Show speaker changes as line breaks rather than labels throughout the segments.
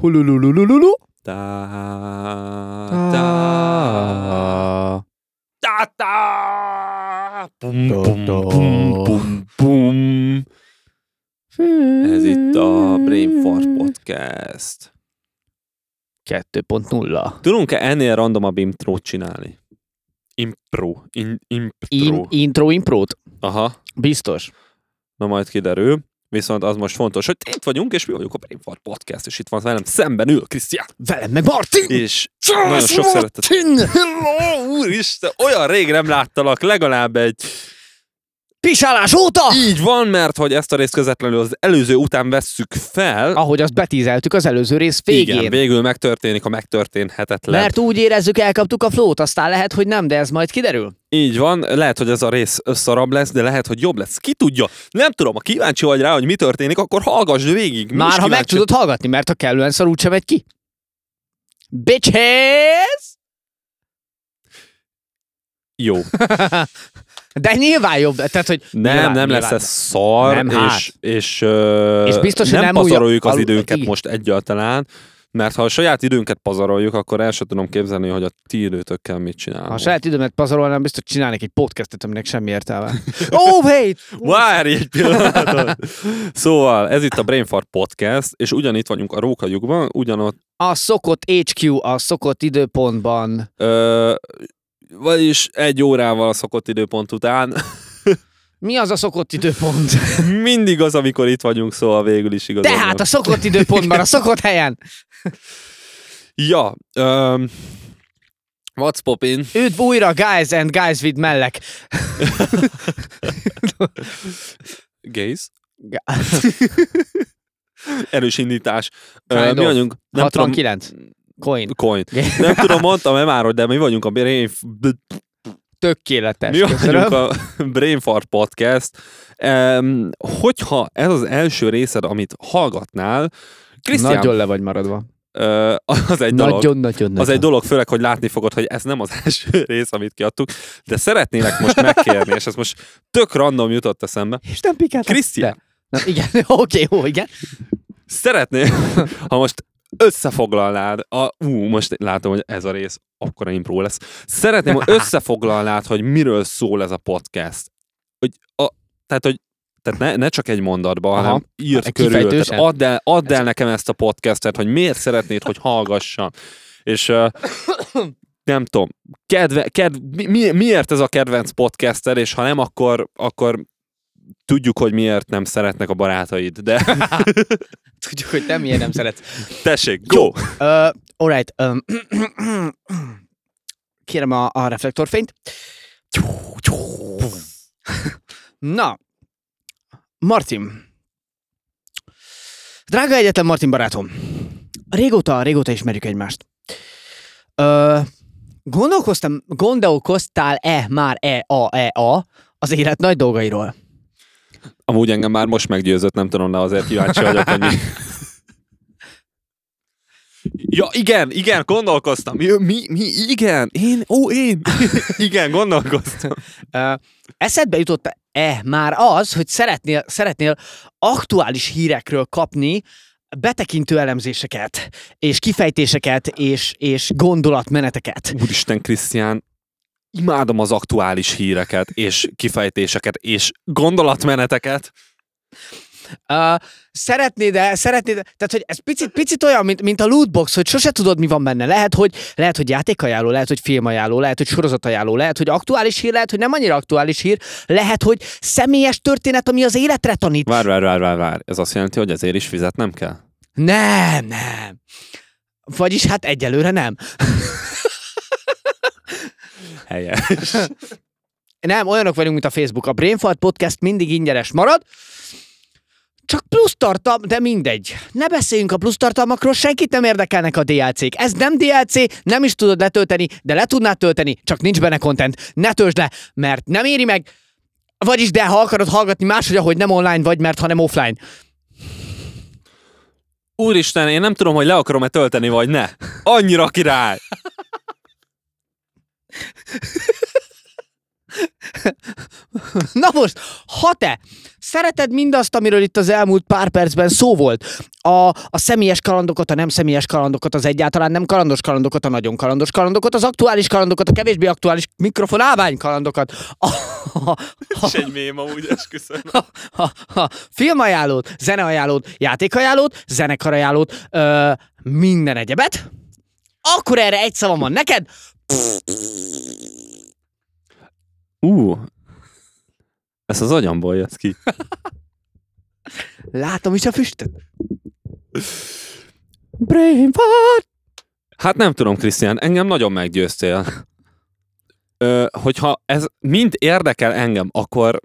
Hulululululu.
Da, da,
Ah.
da, da. Bum,
Do,
bum,
do.
bum, bum, bum. Ez itt a Brain
Mm-hmm.
Fart Podcast.
2.0.
Tudunk-e ennél randomabb intrót csinálni? Impro. In, impro.
In, intro imprót?
Aha,
Biztos.
na majd kiderül. Viszont az most fontos, hogy itt vagyunk, és mi vagyunk a Brain Fart Podcast, és itt van velem szemben ül Krisztián.
Velem meg Martin!
És nagyon sok szeretet. Hello, úristen, olyan rég nem láttalak, legalább egy
Pisálás óta!
Így van, mert hogy ezt a részt közvetlenül az előző után vesszük fel.
Ahogy azt betízeltük az előző rész végén.
Igen, végül megtörténik a megtörténhetetlen.
Mert úgy érezzük, elkaptuk a flót, aztán lehet, hogy nem, de ez majd kiderül.
Így van, lehet, hogy ez a rész szarabb lesz, de lehet, hogy jobb lesz. Ki tudja? Nem tudom, ha kíváncsi vagy rá, hogy mi történik, akkor hallgass végig. Mi is
Már ha meg
kíváncsi-
tudod hallgatni, mert ha kellően szar úgysem megy ki. Bitches!
Jó.
De nyilván jobb, tehát hogy
Nem,
Nyilván,
nem lesz
nyilván.
ez szar,
Nem, hát.
és, és, ö,
És biztos, hogy
nem,
nem új-
pazaroljuk az
alul-
időnket
így.
most egyáltalán, mert ha a saját időnket pazaroljuk, akkor el sem tudom képzelni, hogy a ti időtökkel mit csinálunk.
Ha a saját időmet pazarolnám, biztos csinálnék egy podcastet, aminek semmi értelme. oh, wait!
Várj egy pillanatot! Szóval, ez itt a Brain Fart Podcast, és ugyanitt vagyunk a Rókajukban, ugyanott,
A szokott HQ, a szokott időpontban.
ö, vagyis egy órával a szokott időpont után.
Mi az a szokott időpont?
Mindig az, amikor itt vagyunk, szóval végül is igazán.
Tehát hát a szokott időpontban, a szokott helyen.
Ja, öm, what's poppin?
Üdv újra, guys and guys with mellek.
Gays?
Ja.
Erős indítás. Ö,
Kind
mi
of.
vagyunk? Nem
69.
tudom,
Coin.
coin.
Ge-
Nem tudom, mondtam-e már, hogy de mi vagyunk a Brain,
Tökéletes.
Mi vagyunk
Köszönöm.
a Brain Fart Podcast. Um, hogyha ez az első részed, amit hallgatnál, Krisztián,
Nagyon le vagy maradva.
uh, az egy dolog.
Nagyon-nagyon.
Az egy dolog, főleg, hogy látni fogod, hogy ez nem az első rész, amit kiadtuk, de szeretnélek most megkérni, és ez most tök random jutott eszembe.
És nem pikált.
Krisztián,
Na, igen, oké, jó, igen.
szeretném, ha most összefoglalnád, a, ú, most látom, hogy ez a rész akkora impro lesz. Szeretném, ha összefoglalnád, hogy miről szól ez a podcast. Hogy a, tehát, hogy tehát ne, ne csak egy mondatba,
Aha.
hanem írd
Egy
körül. Tehát
kifejtősen?
add el, add el nekem ezt a podcastet, hogy miért szeretnéd, hogy hallgassam. És ö, nem tudom, kedve, kedv, mi- mi, miért ez a kedvenc podcaster, és ha nem, akkor, akkor tudjuk, hogy miért nem szeretnek a barátaid. De
Tudjuk, hogy nem ilyen nem szeretsz.
tessék, go!
Uh, alright. Um, kérem a, a reflektorfényt. Na, Martin. Drága egyetem Martin barátom. Régóta, régóta ismerjük egymást. Ö, gondolkoztam, gondolkoztál-e már e a e a az élet nagy dolgairól?
Amúgy engem már most meggyőzött, nem tudom, de azért kíváncsi vagyok, hogy mi. Ja, igen, igen, gondolkoztam. Mi, mi, mi igen, én, ó, én. Igen, gondolkoztam.
Ö, Eszedbe jutott-e már az, hogy szeretnél, szeretnél aktuális hírekről kapni betekintő elemzéseket, és kifejtéseket, és, és gondolatmeneteket?
Úristen, Krisztián, imádom az aktuális híreket, és kifejtéseket, és gondolatmeneteket.
Ö, Szeretnéd, -e, szeretnéd, -e, tehát hogy ez picit, picit olyan, mint, mint a lootbox, hogy sose tudod, mi van benne. Lehet, hogy, lehet, hogy játékajánló, lehet, hogy filmajánló, lehet, hogy sorozatajánló, lehet, hogy aktuális hír, lehet, hogy nem annyira aktuális hír, lehet, hogy személyes történet, ami az életre tanít.
Várj, várj, várj, várj, várj. Ez azt jelenti, hogy ezért is fizetnem kell?
Nem, nem. Vagyis hát egyelőre nem.
Helyes.
Nem, olyanok vagyunk, mint a Facebook. A Brainfart Podcast mindig ingyenes marad, csak plusz tartalm, de mindegy. Ne beszéljünk a plusz tartalmakról, senkit nem érdekelnek a DLC-k. Ez nem DLC, nem is tudod letölteni, de le tudnád tölteni, csak nincs benne content. Ne töltsd le, mert nem éri meg. Vagyis, de ha akarod hallgatni máshogy, ahogy nem online vagy, mert hanem offline.
Úristen, én nem tudom, hogy le akarom-e tölteni, vagy ne. Annyira király!
Na most, ha te szereted mindazt, amiről itt az elmúlt pár percben szó volt, a, a személyes kalandokat, a nem személyes kalandokat, az egyáltalán nem kalandos kalandokat, a nagyon kalandos kalandokat, az aktuális kalandokat, a kevésbé aktuális mikrofon állvány kalandokat, a, a,
És egy mém amúgy, esküszöm.
ha, ha, filmajánlót, zeneajánlót, játékajánlót, zenekarajánlót, ö, minden egyebet, akkor erre egy szavam van neked.
Ú, ez az agyamból jött ki.
Látom is a füstöt. Brain fart.
Hát nem tudom, Krisztián, engem nagyon meggyőztél. Ö, hogyha ez mind érdekel engem, akkor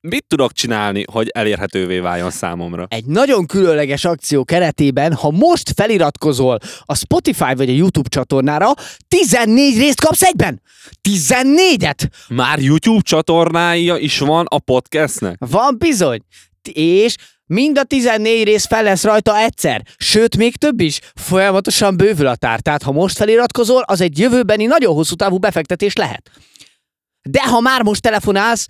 mit tudok csinálni, hogy elérhetővé váljon számomra?
Egy nagyon különleges akció keretében, ha most feliratkozol a Spotify vagy a YouTube csatornára, 14 részt kapsz egyben. 14-et!
Már YouTube csatornája is van a podcastnek?
Van bizony. T- És mind a 14 rész fel lesz rajta egyszer, sőt még több is, folyamatosan bővül a tár, tehát ha most feliratkozol, az egy jövőbeni nagyon hosszú távú befektetés lehet. De ha már most telefonálsz,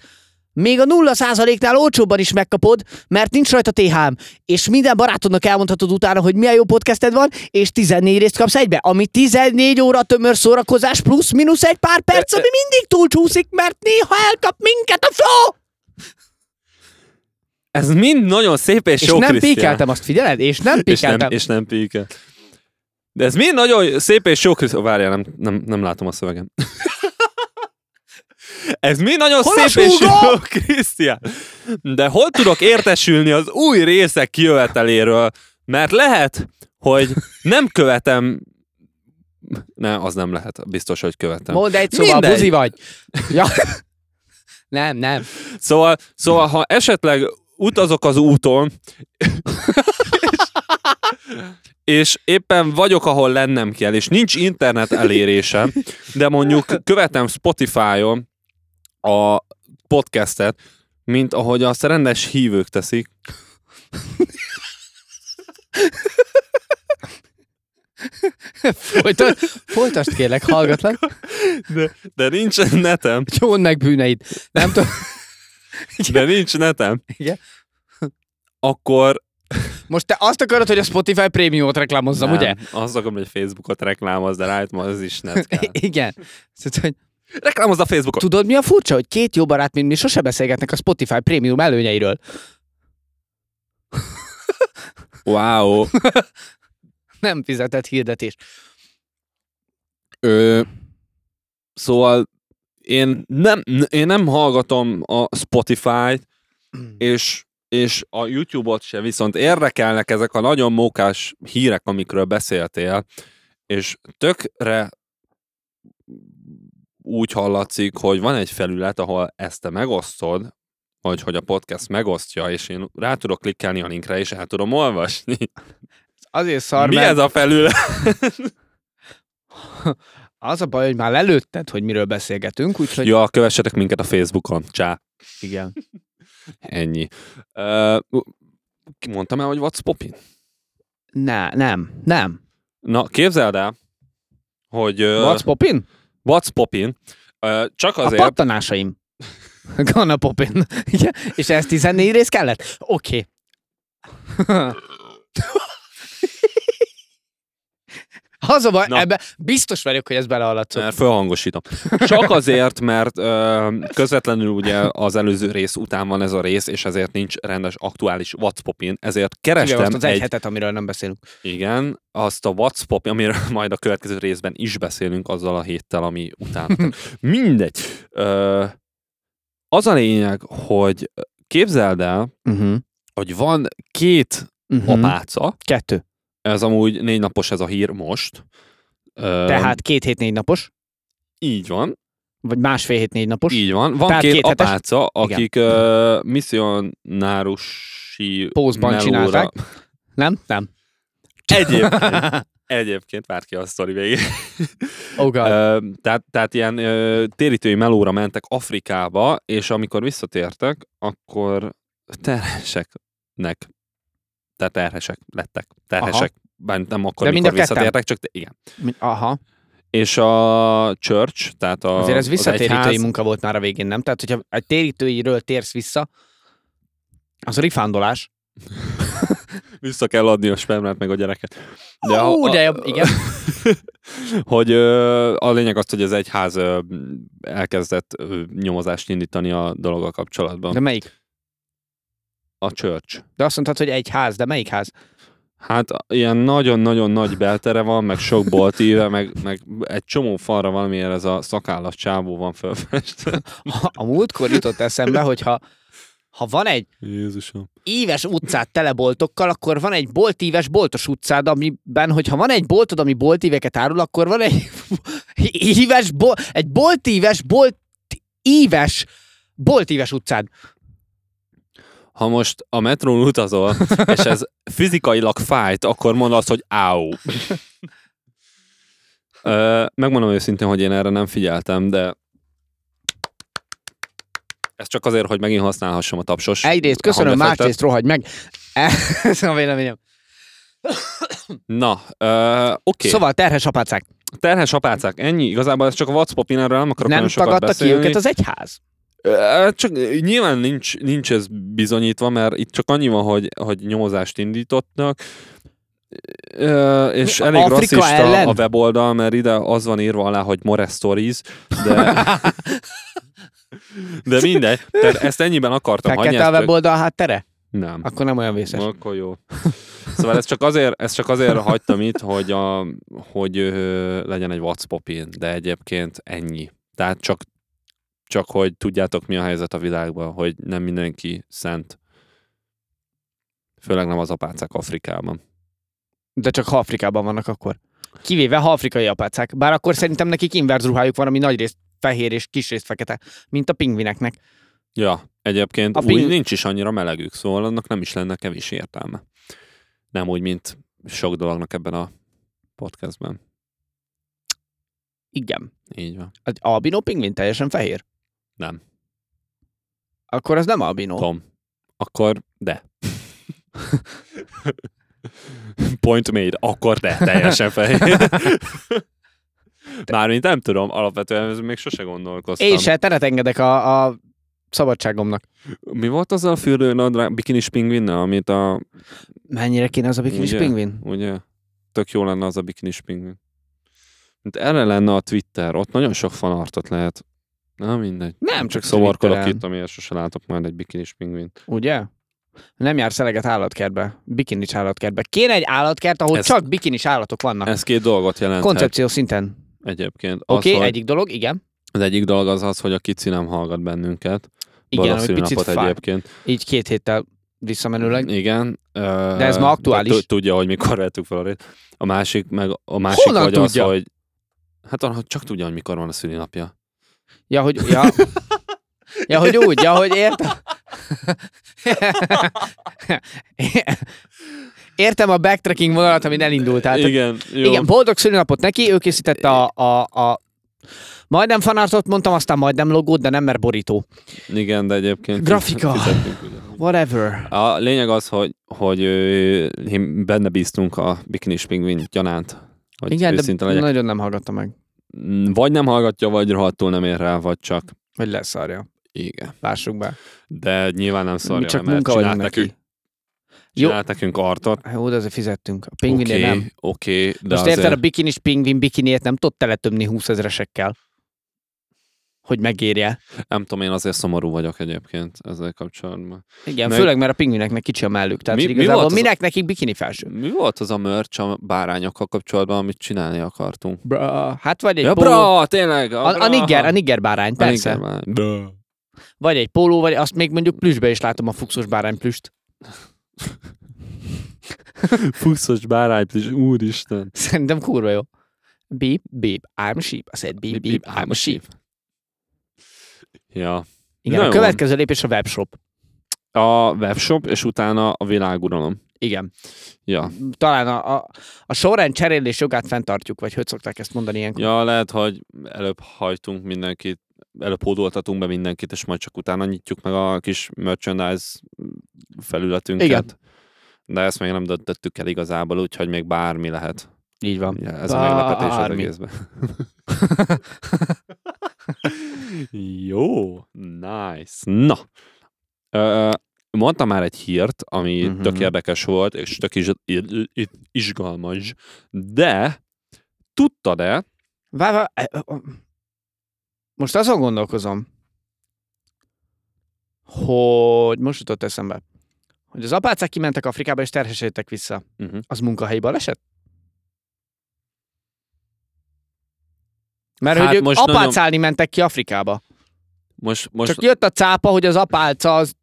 még a 0%-nál olcsóbban is megkapod, mert nincs rajta THM, és minden barátodnak elmondhatod utána, hogy milyen jó podcasted van, és 14 részt kapsz egybe, ami 14 óra tömör szórakozás plusz-minusz egy pár perc, ami mindig túlcsúszik, mert néha elkap minket a flow!
Ez mind nagyon szép és,
És
jó,
nem
Krisztián.
píkeltem, azt figyeled? És nem
És nem,
píkeltem.
és nem píkel. De ez mind nagyon szép és jó, Krisztián. Várjál, nem, nem, nem látom a szövegem. Ez mind nagyon
Hol a
szép és
súgó?
jó, Krisztián. De hol tudok értesülni az új részek kijöveteléről? Mert lehet, hogy nem követem... Ne, az nem lehet. Biztos, hogy követem.
Mondd egy szóval,
Mindegy.
buzi vagy. Ja. Nem, nem.
Szóval, szóval ha esetleg utazok az úton, és, és éppen vagyok, ahol lennem kell, és nincs internet elérésem, de mondjuk követem Spotify-on a podcastet, mint ahogy azt rendes hívők teszik,
Folytasd, folytasd kérlek, hallgatlak.
de, de nincs netem,
Gyónd meg bűneid. Nem tudom.
de nincs netem,
Igen.
akkor
Most te azt akarod, hogy a Spotify prémiumot reklámozzam, ugye?
Azt akarom, hogy Facebookot reklámoz, de rájött ma az is net kell.
Igen. Szóval, hogy
Reklámozd a Facebookot!
tudod, mi a furcsa, hogy két jó barát, mint mi sose beszélgetnek a Spotify prémium előnyeiről.
Wow!
Nem fizetett hirdetés.
Ö, szóval én nem, n- én nem hallgatom a Spotify-t, és, és a YouTube-ot se, viszont érdekelnek ezek a nagyon mókás hírek, amikről beszéltél, és tökre úgy hallatszik, hogy van egy felület, ahol ezt te megosztod, vagy hogy a podcast megosztja, és én rá tudok klikkelni a linkre, és el tudom olvasni.
Azért szar,
Mi
mert
ez a felület?
az a baj, hogy már lelőtted, hogy miről beszélgetünk, úgyhogy...
Ja, kövessetek minket a Facebookon. Csá!
Igen.
Ennyi. Uh, mondtam el, hogy what's poppin?
Ne, nem, nem.
Na, képzeld el, hogy uh,
What's poppin?
what's poppin, uh, csak azért,
A pattanásaim. Ganna Popin. Igen. És ez 14 rész kellett? Oké. Okay. Az a baj,
Na.
ebbe biztos vagyok, hogy ez beleallatszott.
mert fölhangosítom. Csak azért, mert uh, közvetlenül ugye az előző rész után van ez a rész, és ezért nincs rendes aktuális what's poppin, ezért
Igen,
kerestem
most az egy,
egy,
hetet, amiről nem beszélünk.
igen, azt a what's poppin, amiről majd a következő részben is beszélünk azzal a héttel, ami utána. kell. Mindegy. Uh, az a lényeg, hogy képzeld el,
Uh-huh.
hogy van két
Uh-huh.
apáca,
Kettő.
ez amúgy négy napos ez a hír most. Ö,
Tehát két hét négy napos,
Így van,
vagy másfél hét négy napos.
így van. Van
Tehát
két,
két hetes.
apáca, akik ö, misszionárusi
Pózban
melóra-
csinálták. Nem? Nem.
Egyébként, egyébként vár ki a sztori végén.
Oh God.
Ö, tehát, tehát ilyen ö, térítői melóra mentek Afrikába, és amikor visszatértek, akkor terheseknek, tehát terhesek lettek. Terhesek, bár nem akkor,
De mind a
amikor
ketten?
visszatértek, csak te, igen.
Mi- Aha.
és a church, tehát a,
Azért ez
az
visszatérítői
egyház-
munka volt már a végén, nem? Tehát, hogyha egy térítőiről térsz vissza, az rifándolás.
vissza kell adni a spermát meg a gyereket.
De
a-
Ó,
a-
de jobb, igen.
hogy ö, a lényeg az, hogy az egyház ö, elkezdett ö, nyomozást indítani a dologgal kapcsolatban.
De melyik?
A church.
De azt mondtad, hogy egy ház, de melyik ház?
Hát ilyen nagyon-nagyon nagy beltere van, meg sok boltíve, meg, meg egy csomó falra valamiért ez a szakállas csávó van fölfestve.
A, a múltkor jutott eszembe, hogyha ha van egy
Jézusom.
éves utcát teleboltokkal, akkor van egy boltíves, boltos utcád, amiben, hogyha van egy boltod, ami boltíveket árul, akkor van egy éves, bol, egy boltíves, boltíves, boltíves utcád.
Ha most a metrón utazol, és ez fizikailag fájt, akkor mondd azt, hogy áú. Ö, Megmondom őszintén, hogy én erre nem figyeltem, de ez csak azért, hogy megint használhassam a tapsos.
Egyrészt köszönöm,
hangefektet.
másrészt rohagy meg. Ez a véleményem.
Na, ö, oké. Szóval...
Szóval terhes apácák.
Terhes apácák, ennyi. Igazából ez csak a WhatsApp én erről nem akarok
nem
nagyon sokat
tagadta ki
beszélni.
őket az egyház.
Ö, hát Csak nyilván nincs, nincs ez bizonyítva, mert itt csak annyi van, hogy, hogy nyomozást indítottak, Ö, és
Mi,
elég
Afrika
rasszista
ellen?
a weboldal, mert ide az van írva alá, hogy more stories, de, de mindegy. Tehát ezt ennyiben akartam hagyni.
Fekete a
ezt tök-
weboldal háttere?
Nem.
Akkor nem olyan vészes.
Akkor jó. Szóval ezt csak azért, ezt csak azért hagytam itt, hogy, a, hogy ö, legyen egy WhatsApp-in, de egyébként ennyi. Tehát csak, csak hogy tudjátok, mi a helyzet a világban, hogy nem mindenki szent. Főleg nem az apácák Afrikában.
De csak ha Afrikában vannak akkor. Kivéve ha afrikai apácák. Bár akkor szerintem nekik inverz ruhájuk van, ami nagyrészt fehér és kisrészt fekete, mint a pingvineknek.
Ja, egyébként
A
a úgy
ping-
nincs is annyira melegük, szóval annak nem is lenne kevés értelme. Nem úgy, mint sok dolognak ebben a podcastben.
Igen.
Így van.
Az albino pingvin teljesen fehér.
Nem.
Akkor az nem albino.
Tom. Akkor de. Point made, akkor de, teljesen fehér. Mármint nem tudom, alapvetően ez még sose gondolkoztam.
Én se teret engedek a, a szabadságomnak.
Mi volt az a fürdő nadrág, bikinis pingvinnel, amit a,
Mennyire kéne az a bikinis
Ugye?
pingvin?
ugye, tök jó lenne az a bikinis pingvin. Mint erre lenne a Twitter, ott nagyon sok fanartot lehet. Na mindegy.
Nem, csak
csak szomarkodok
Twitteren.
itt, amiért sose látok már egy bikinis pingvint.
Ugye? Nem jársz eleget állatkertbe, bikinis állatkertbe. Kéne egy állatkert, ahol
Ez-
csak bikinis állatok vannak.
Ez két dolgot jelent
Koncepció szinten.
egyébként. Az,
Oké,
hogy-
okay, egyik dolog, igen.
Az egyik dolog az az, hogy a kici nem hallgat bennünket.
Igen,
Boldog
ami picit
szülinapot
fáj.
egyébként.
Így két héttel
Mm.
visszamenőleg.
Igen. De
ez ma aktuális.
Tudja, hogy mikor vettük fel a rét. A másik, meg a másik
Honnan
vagy
tudja?
az, hogy... Hát arra, hogy csak tudja, hogy mikor van a szülinapja.
Ja, hogy, ja. ja, hogy úgy, ja, hogy értem. Értem a backtracking vonalat, amin elindultál. Tehát
igen, jó.
Igen, boldog szülinapot neki, ő készítette a, a, a majdnem fanartot mondtam, aztán majdnem logót, de nem, mert borító.
igen, de egyébként...
Grafika.
fizetünk, ugye.
Whatever.
A lényeg az, hogy, hogy ö, én- benne bíztunk a bikinis pingvin gyanánt. Hogy
Igen,
őszinte
de
legyek.
nagyon nem hallgatta meg.
Vagy nem hallgatja, vagy rohadtul nem ér rá, vagy csak...
Hogy leszarja.
Igen.
Lássuk be.
De nyilván nem
Mi
szarja,
csak
mert
munka
csinált
vagyunk
nekünk
neki. Jó,
Csinált nekünk artot.
jó, de azért fizettünk. A
Oké,
pingvinnél
oké,
nem.
okay, de
Most
azért...
érted, a bikinis pingvin bikiniért nem tud teletömni 20 ezresekkel. Hogy megérje.
Nem tudom, én azért szomorú vagyok egyébként ezzel kapcsolatban.
Igen,
Meg-
főleg mert a pingvineknek kicsi a mellük. Tehát
Mi-
mi,
mi
igazából
volt az a-
minek nekik bikini felső?
Mi volt az a mörcs a bárányokkal kapcsolatban, amit csinálni akartunk?
Bra. Hát vagy egy
ja,
póló.
bra, tényleg!
A, a, nigger, a nigger bárány, persze.
Bra.
Vagy egy póló, vagy azt még mondjuk plüsbe is látom a fuxos bárány plüst.
Fuxos bárány, please, úristen.
Szerintem kurva jó. Beep, beep, I'm a sheep. I said beep, beep, I'm a sheep.
Ja.
Igen,
Na
a
jó.
következő lépés a webshop.
A webshop, és utána a világuralom.
Igen.
Ja.
Talán a, a, a sorrend cserélés jogát fenntartjuk, vagy hogy szokták ezt mondani ilyenkor.
ja, lehet, hogy előbb hajtunk mindenkit, előbb hódoltatunk be mindenkit, és majd csak utána nyitjuk meg a kis merchandise felületünket.
Igen.
De ezt még nem döntöttük el igazából, úgyhogy még bármi lehet.
Így van.
Ja, ez a
Bármi.
meglepetés az egészben. Jó, nice. Na, Ö, mondtam már egy hírt, ami
Mhm.
uh-huh. tök érdekes volt, és tök is, i- i- izgalmas, de tudtad-e,
Vá, vá, e- e- most azon gondolkozom, hogy most jutott eszembe, hogy az apácák kimentek Afrikába és terhesétek vissza.
Mhm.
Az munkahelyi baleset? Mert hát
Hát
hogy ők
most nagyon-
apácálni nagyon... mentek ki Afrikába.
most,
Most...
most
Csak jött a cápa, hogy az apálca az...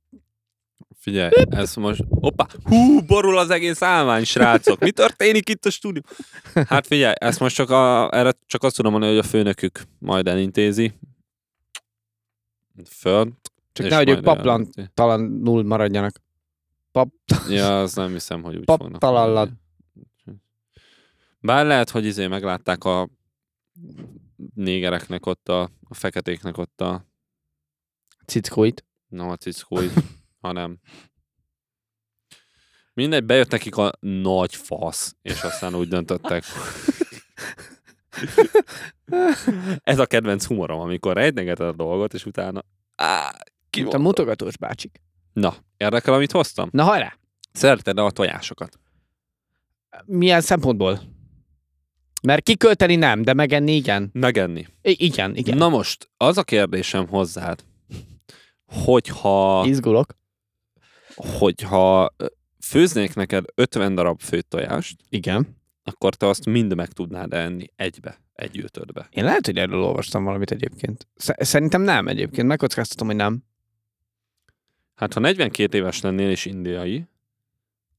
Figyelj, ez most... Hoppá! Hú, borul az egész állvány, srácok! Mi történik itt a stúdió? Hát figyelj, ezt most csak a, erre csak azt tudom mondani, hogy a főnökük majd elintézi. Fönt.
Csak
és
nehogy ők
majd
paplan-
elintézi.
Talán null maradjanak. Pap...
Ja, az nem hiszem, hogy úgy fognak.
Paptalallad.
mondani. Bár lehet, hogy izé meglátták a négereknek ott, a, a feketéknek ott a
Cickóit.
nem a cickóid, hanem mindegy, bejött nekik a nagy fasz, és aztán úgy döntöttek. Ez a kedvenc humorom, amikor rejtegeted a dolgot, és utána á, ki
Mint a
volt?
mutogatós bácsik.
Na, érdekel, amit hoztam?
Na hajrá!
Szereted a tojásokat?
Milyen szempontból? Mert kikölteni nem, de megenni igen.
Megenni.
I- igen, igen.
Na most, az a kérdésem hozzád, hogyha,
Izgulok.
hogyha ö, főznék neked 50 darab főtt tojást,
Igen.
akkor te azt mind meg tudnád enni egybe, egy ötödbe.
Én lehet, hogy erről olvastam valamit egyébként. Sze- Szerintem nem egyébként, megkockáztatom, hogy nem.
Hát ha 42 éves lennél és indiai,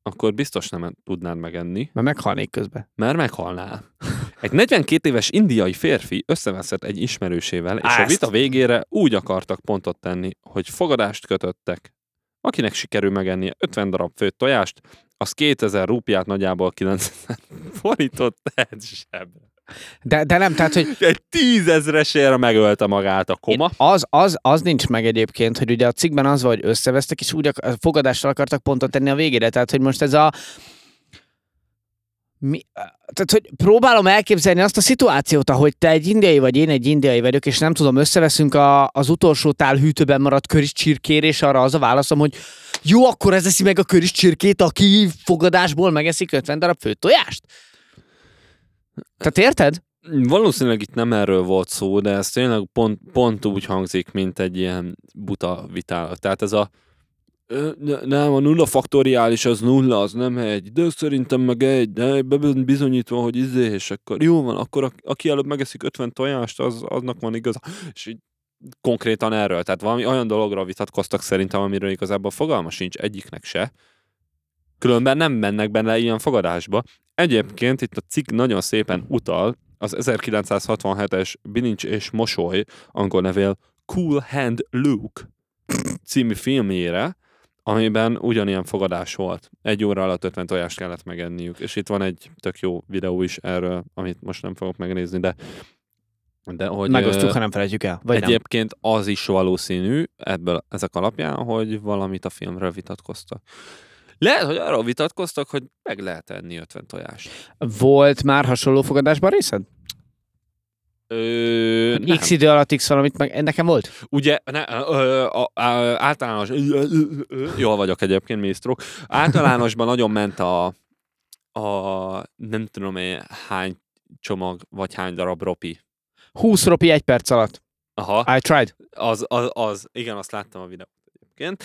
akkor biztos nem tudnád megenni,
Mert meghalnék közben.
mert meghalnál. Egy 42 éves indiai férfi összeveszett egy ismerősével, és a
Ezt.
vita végére úgy akartak pontot tenni, hogy fogadást kötöttek. Akinek sikerül megennie 50 darab főtt tojást, az 2000 rúpiát nagyjából 9000 forintot tehet zsebre.
De, de nem, tehát, hogy
Egy tízezresére megölte magát a koma.
az, az, az nincs meg egyébként, hogy ugye a cikkben az van, hogy összevesztek, és úgy ak- fogadással akartak pontot tenni a végére. Tehát, hogy most ez a... Mi, tehát, hogy próbálom elképzelni azt a szituációt, ahogy te egy indiai vagy, én egy indiai vagyok, és nem tudom, összeveszünk a, az utolsó tál hűtőben maradt köris csirkér, és arra az a válaszom, hogy jó, akkor ez eszi meg a köris csirkét, aki fogadásból megeszik 50 darab főtt tojást. Tehát érted?
Valószínűleg itt nem erről volt szó, de ez tényleg pont, pont úgy hangzik, mint egy ilyen buta vitálat. Tehát ez a ö, ne- nem, a nulla faktoriális az nulla, az nem egy, de szerintem meg egy, de be van bizonyítva, hogy izé, és akkor jó van, akkor a- aki előbb megeszik 50 tojást, az, aznak van igaza. És így konkrétan erről, tehát valami olyan dologra vitatkoztak szerintem, amiről igazából fogalma sincs egyiknek se. Különben nem mennek benne ilyen fogadásba. Egyébként itt a cikk nagyon szépen utal az 1967-es Bilincs és Mosoly angol nevél Cool Hand Luke című filmjére, amiben ugyanilyen fogadás volt. Egy óra alatt 50 tojást kellett megenniük, és itt van egy tök jó videó is erről, amit most nem fogok megnézni, de de hogy
Megosztjuk,
ö,
ha nem felejtjük el. Vagy nem.
Egyébként az is valószínű ebből, ezek alapján, hogy valamit a filmről vitatkoztak. Lehet, hogy arról vitatkoztak, hogy meg lehet enni 50 tojást.
Volt már hasonló fogadásban részed?
Ö, nem.
Hát X idő alatt X valamit meg... Nekem volt?
Ugye, ne, ö, ö, a- á- általános, ö, ö, ö, ö, jól vagyok egyébként, minisztrok, általánosban nagyon ment a, a nem tudom én hány csomag, vagy hány darab ropi.
20 ropi egy perc alatt.
Aha,
I tried.
az, az, az igen, azt láttam a videót egyébként.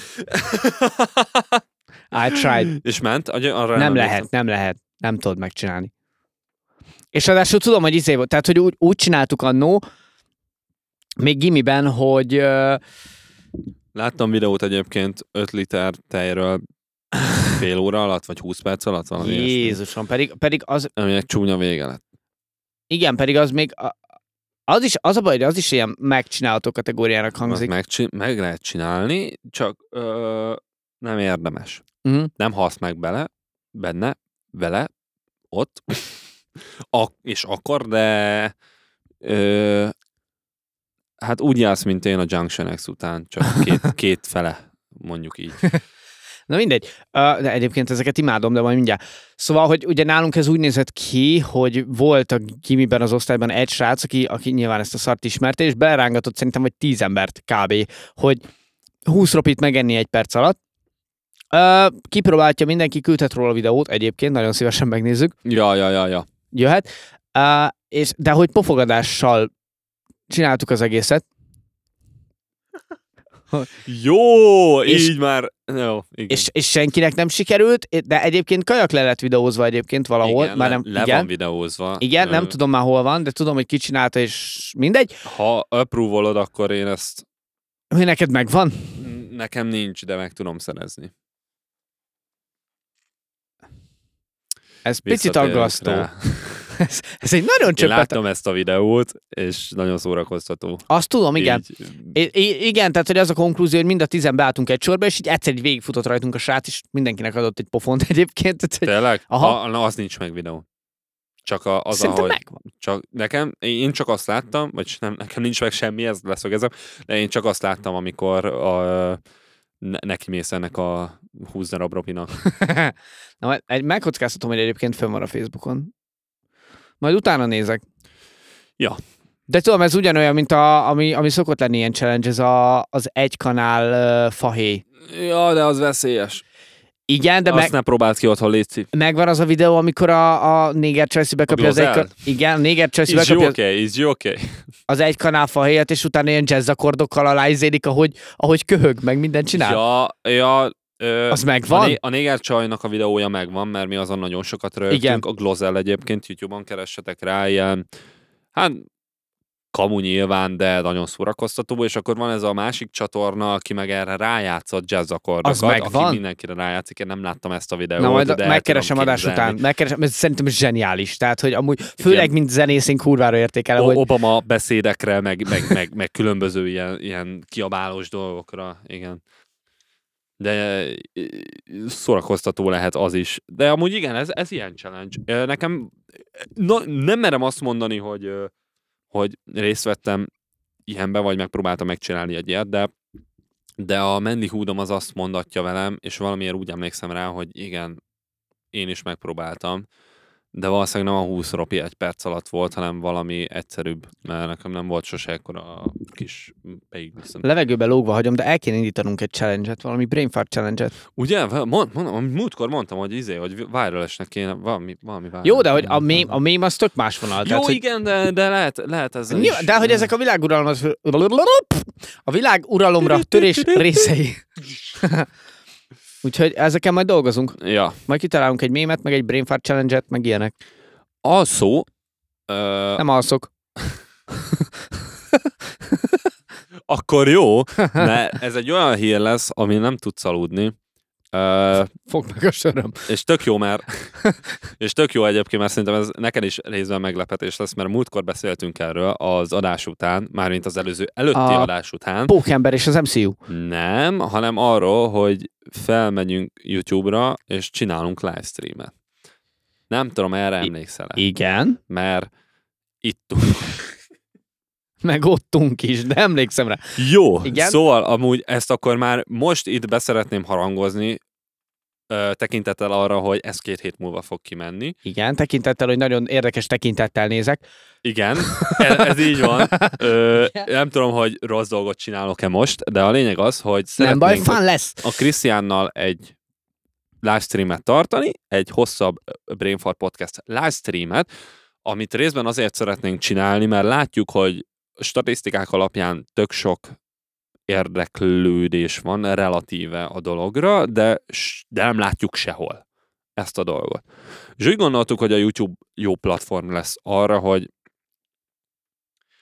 I tried.
És ment, agy- arra
Nem
emlékszem.
lehet, nem lehet. Nem tudod megcsinálni. És ráadásul tudom, hogy izé volt. Tehát, hogy úgy, úgy csináltuk annó, még gimiben, hogy ö,
Láttam videót egyébként 5 liter tejről fél óra alatt, vagy 20 perc alatt valami ilyesmi,
Jézusom, pedig, pedig az,
aminek csúnya vége lett.
igen, pedig az még, a- az is, az a baj, hogy az is ilyen megcsinálható kategóriának
Azt
hangzik.
Meg, meg lehet csinálni, csak ö, nem érdemes.
Mhm.
nem halsz meg bele, benne, vele, ott, Ak- és akkor, de ö, hát úgy jársz, mint én a Junction X után, csak két, két fele, mondjuk így.
Na mindegy. Uh, de egyébként ezeket imádom, de majd mindjárt. Szóval, hogy ugye nálunk ez úgy nézett ki, hogy volt a gimiben az osztályban egy srác, aki, aki nyilván ezt a szart ismerte, és belrángatott szerintem vagy tíz embert kb., hogy 20 ropit megenni egy perc alatt. Uh, kipróbálja mindenki, küldhet róla videót egyébként, nagyon szívesen megnézzük,
Ja, ja, ja, ja.
jöhet. Uh, és, de hogy pofogadással csináltuk az egészet,
Jó,
És-
így már, jó, igen.
és, és senkinek nem sikerült, de egyébként kajak le lett videózva egyébként valahol,
igen,
már
le-
nem,
le,
igen,
van videózva.
igen, nem
Ö,
tudom már hol van, de tudom, hogy ki csinálta, és mindegy,
Ha approvolod, akkor én ezt
hogy neked megvan.
nekem nincs, de meg tudom szerezni.
Ez picit
Visszatérünk
aggasztó. hát-
rá.
Ez, ez egy nagyon
Én
csöppet.
láttam ezt a videót, és nagyon szórakoztató.
Azt tudom, igen.
Így,
I- I- igen, tehát hogy az a konklúzió, hogy mind a tizen beálltunk egy sorba, és így egyszer így végigfutott rajtunk a srác, és mindenkinek adott egy pofont egyébként. Tehát, hogy
tényleg?
Aha.
A, na, az nincs meg videó. Csak a, az,
szerintem
ahogy...
megvan.
Csak nekem, én csak azt láttam, vagy nem, nekem nincs meg semmi, ez leszögezem, de én csak azt láttam, amikor a, ne, neki mész ennek a 20 darab ropinak.
Na, majd egy, megkockáztatom, hogy egyébként fönn van a Facebookon. Majd utána nézek.
Ja.
De tudom, ez ugyanolyan, mint a, ami, ami szokott lenni ilyen challenge, ez a, az egy kanál uh, fahé.
Ja, de az veszélyes.
Igen, de
De azt
meg,
meg... ne próbáld ki otthon, Léci.
megvan az a videó, amikor a, a Néger Chelsea bekapja az egy
Glozell?
ka- Igen, a Néger Chelsea
Is
bekapja
jó
az,
okay, is jó okay.
az egy kanál fahéjat, és utána ilyen jazz akkordokkal aláizélik, ahogy, ahogy köhög, meg mindent csinál. Ja,
Ja, ja, ö,
az
A,
megvan?
né- a néger csajnak a videója megvan, mert mi azon nagyon sokat rögtünk.
Igen.
A Glozel egyébként YouTube-on keressetek rá, ilyen, hát kamu nyilván, de nagyon szórakoztató, és akkor van ez a másik csatorna, aki meg erre rájátszott jazz akkordokat,
Az megvan?
aki mindenkire rájátszik, én nem láttam ezt a videót,
Na majd
de el
megkeresem
tudom
adás
képzelni.
után. Megkeresem, ez szerintem zseniális. Tehát, hogy amúgy, főleg, mint zenész, én kurvára értékelem,
O-
hogy
Obama beszédekre, meg, meg, meg, meg különböző ilyen, ilyen kiabálós dolgokra, igen. De e, szórakoztató lehet az is. De amúgy igen, ez, ez ilyen challenge. Ö, Nekem eh, na, nem merem azt mondani, hogy, ö, hogy részt vettem ilyenbe, vagy megpróbáltam megcsinálni egy ilyet, de de a Mendy húdom az azt mondatja velem, és valamiért úgy emlékszem rá, hogy igen, én is megpróbáltam, de valószínűleg nem a 20 ropi egy perc alatt volt, hanem valami egyszerűbb, mert nekem nem volt sose ekkora a kis beigliszen.
levegőbe lógva hagyom, de el kéne indítanunk egy challenge-et, valami brain fart challenge-et.
Ugye, mond, mond, mond, múltkor mondtam, hogy izé, hogy viralesnek kéne, valami, valami viral.
Jó, de hogy a mém, a mém az tök más vonal.
Jó,
tehát, hogy,
igen, de, de lehet, lehet ez
Nyilván, de hogy ezek a világuralom, a világuralomra törés részei. Úgyhogy ezeken majd dolgozunk.
Ja.
Majd kitalálunk egy mémet, meg egy brain fart challenge-et, meg ilyenek.
Also, ö,
Nem alszok.
akkor jó, mert ez egy olyan hír lesz, ami nem tudsz aludni. Ö,
Fogd meg a söröm.
És tök jó, mert, és tök jó egyébként, mert szerintem ez neked is részben meglepetés lesz, mert múltkor beszéltünk erről az adás után, mármint az előző előtti
A-
adás után.
Pókember és az MCU.
Nem, hanem arról, hogy felmegyünk YouTube-ra, és csinálunk livestreamet. Nem tudom, erre emlékszel
Igen.
mert itt
Meg ottunk is, de emlékszem rá.
Jó,
Igen.
Igen? szóval amúgy ezt akkor már most itt beszeretném harangozni, ö, tekintettel arra, hogy ez két hét múlva fog kimenni.
Igen, tekintettel, hogy nagyon érdekes tekintettel nézek.
Igen, ez, ez így van. Ö, nem tudom, hogy rossz dolgot csinálok-e most, de a lényeg az, hogy
Nem baj,
szeretnénk
fán lesz.
a Krisztiánnal egy livestreamet tartani, egy hosszabb Brainfart Podcast livestreamet, amit részben azért szeretnénk csinálni, mert látjuk, hogy statisztikák alapján tök sok érdeklődés van relatíve a dologra, de, s- de nem látjuk sehol ezt a dolgot. És úgy gondoltuk, hogy a YouTube jó platform lesz arra, hogy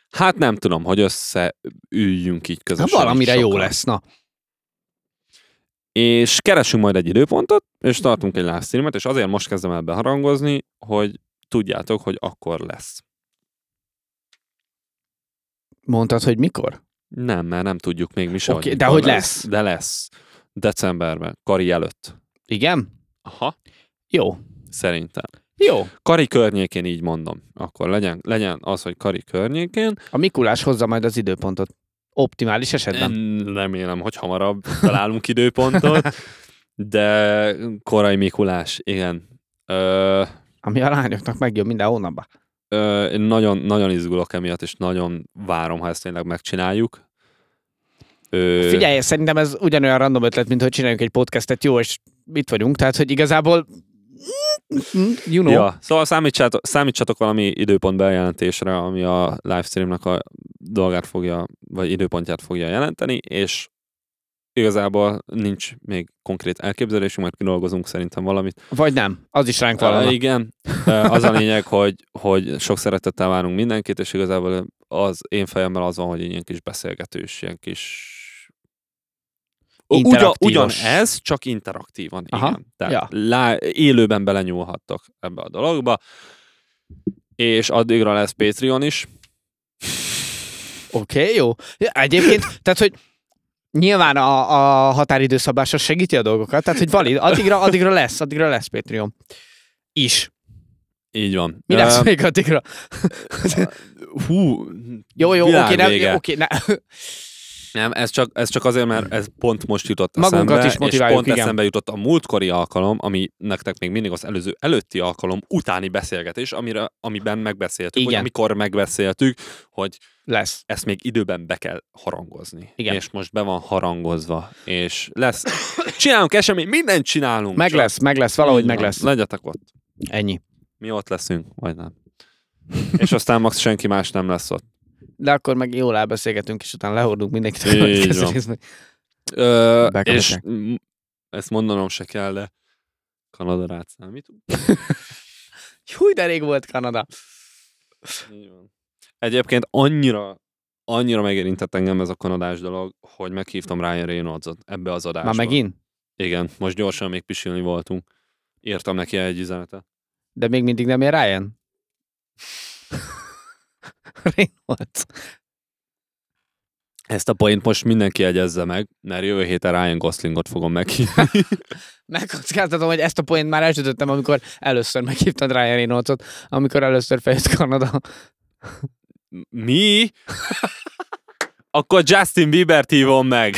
hát nem tudom, hogy összeüljünk így
Na,
közösen.
Hát valamire
így
jó
sokan
lesz, na.
és keresünk majd egy időpontot, és tartunk egy livestreamet, és azért most kezdem el beharangozni, hogy tudjátok, hogy akkor lesz.
Mondtad, hogy mikor?
Nem, mert nem tudjuk még mi sem.
Oké, de
mikor
hogy lesz?
De lesz. Decemberben, Kari előtt.
Igen?
Aha.
Jó.
Szerintem.
Jó.
Kari környékén így mondom. Akkor legyen, legyen az, hogy Kari környékén.
A Mikulás hozza majd az időpontot. Optimális esetben.
Nem. Remélem, hogy hamarabb találunk időpontot. de korai Mikulás, igen. Ö,
Ami a lányoknak megjön minden hónapban.
ö, én nagyon, nagyon izgulok emiatt, és nagyon várom, ha ezt tényleg megcsináljuk. Ö,
Hát Figyelj, szerintem ez ugyanolyan random ötlet, mint hogy csináljunk egy podcastet, jó, és itt vagyunk, tehát, hogy igazából you know.
Ja, szóval számítsatok, számítsatok valami időpont bejelentésre, ami a livestreamnak a dolgát fogja, vagy időpontját fogja jelenteni, és igazából nincs még konkrét elképzelésünk, mert kidolgozunk szerintem valamit.
Vagy nem, az is ránk valami.
igen, Ö, az a lényeg, hogy, hogy sok szeretettel várunk mindenkit, és igazából az én fejemben az van, hogy egy ilyen kis beszélgetős, ilyen kis Ugyan,
Interaktívas.
ugyanez, csak interaktívan,
Aha,
igen. Tehát
ja.
ja. lá, élőben belenyúlhattak ebbe a dologba, és addigra lesz Patreon is.
Oké, okay, jó. Ja, Egyébként, tehát, hogy nyilván a, a határidőszabás az segíti a dolgokat, tehát, hogy valid, addigra, addigra lesz, addigra lesz Patreon. Is.
Így van.
Mi lesz
Ö,
még addigra?
Hú,
Jó, jó, oké,
világ
nem,
vége.
jó, oké, ne.
Nem, ez csak, ez csak azért, mert ez pont most jutott
Magunkat
eszembe,
is
és
motiváljuk,
pont
igen.
eszembe jutott a múltkori alkalom, ami nektek még mindig az előző előtti alkalom utáni beszélgetés, amire, amiben megbeszéltük,
Igen.
hogy amikor megbeszéltük, hogy
lesz.
ezt még időben be kell harangozni.
Igen.
És most be van harangozva, és lesz. Csinálunk esemény, mindent csinálunk.
Meg
csak
lesz, meg lesz,
így
valahogy meg
van,
lesz.
Legyetek ott.
Ennyi.
Mi ott leszünk, vagy nem. és aztán max senki más nem lesz ott.
De akkor meg jól elbeszélgetünk, és utána lehordunk mindenkit. a
Így
következő
van.
részbe.
Ö,
Bekapatják.
és m- ezt mondanom se kell, de Kanada rád számítunk.
Húj, de rég volt Kanada.
Így van. Egyébként annyira annyira megérintett engem ez a kanadás dolog, hogy meghívtam Ryan Reynoldsot ebbe az adásba.
Már megint?
Igen, most gyorsan még pisilni voltunk. Írtam neki egy üzenetet.
De még mindig nem ér Ryan? Reynolds.
Ezt a point most mindenki jegyezze meg, mert jövő héten Ryan Goslingot fogom meghívni.
Megkockáztatom, hogy ezt a poént már elsütöttem, amikor először meghívtad Ryan Reynoldsot, amikor először feljött Kanada.
Mi? Akkor Justin Biebert hívom meg.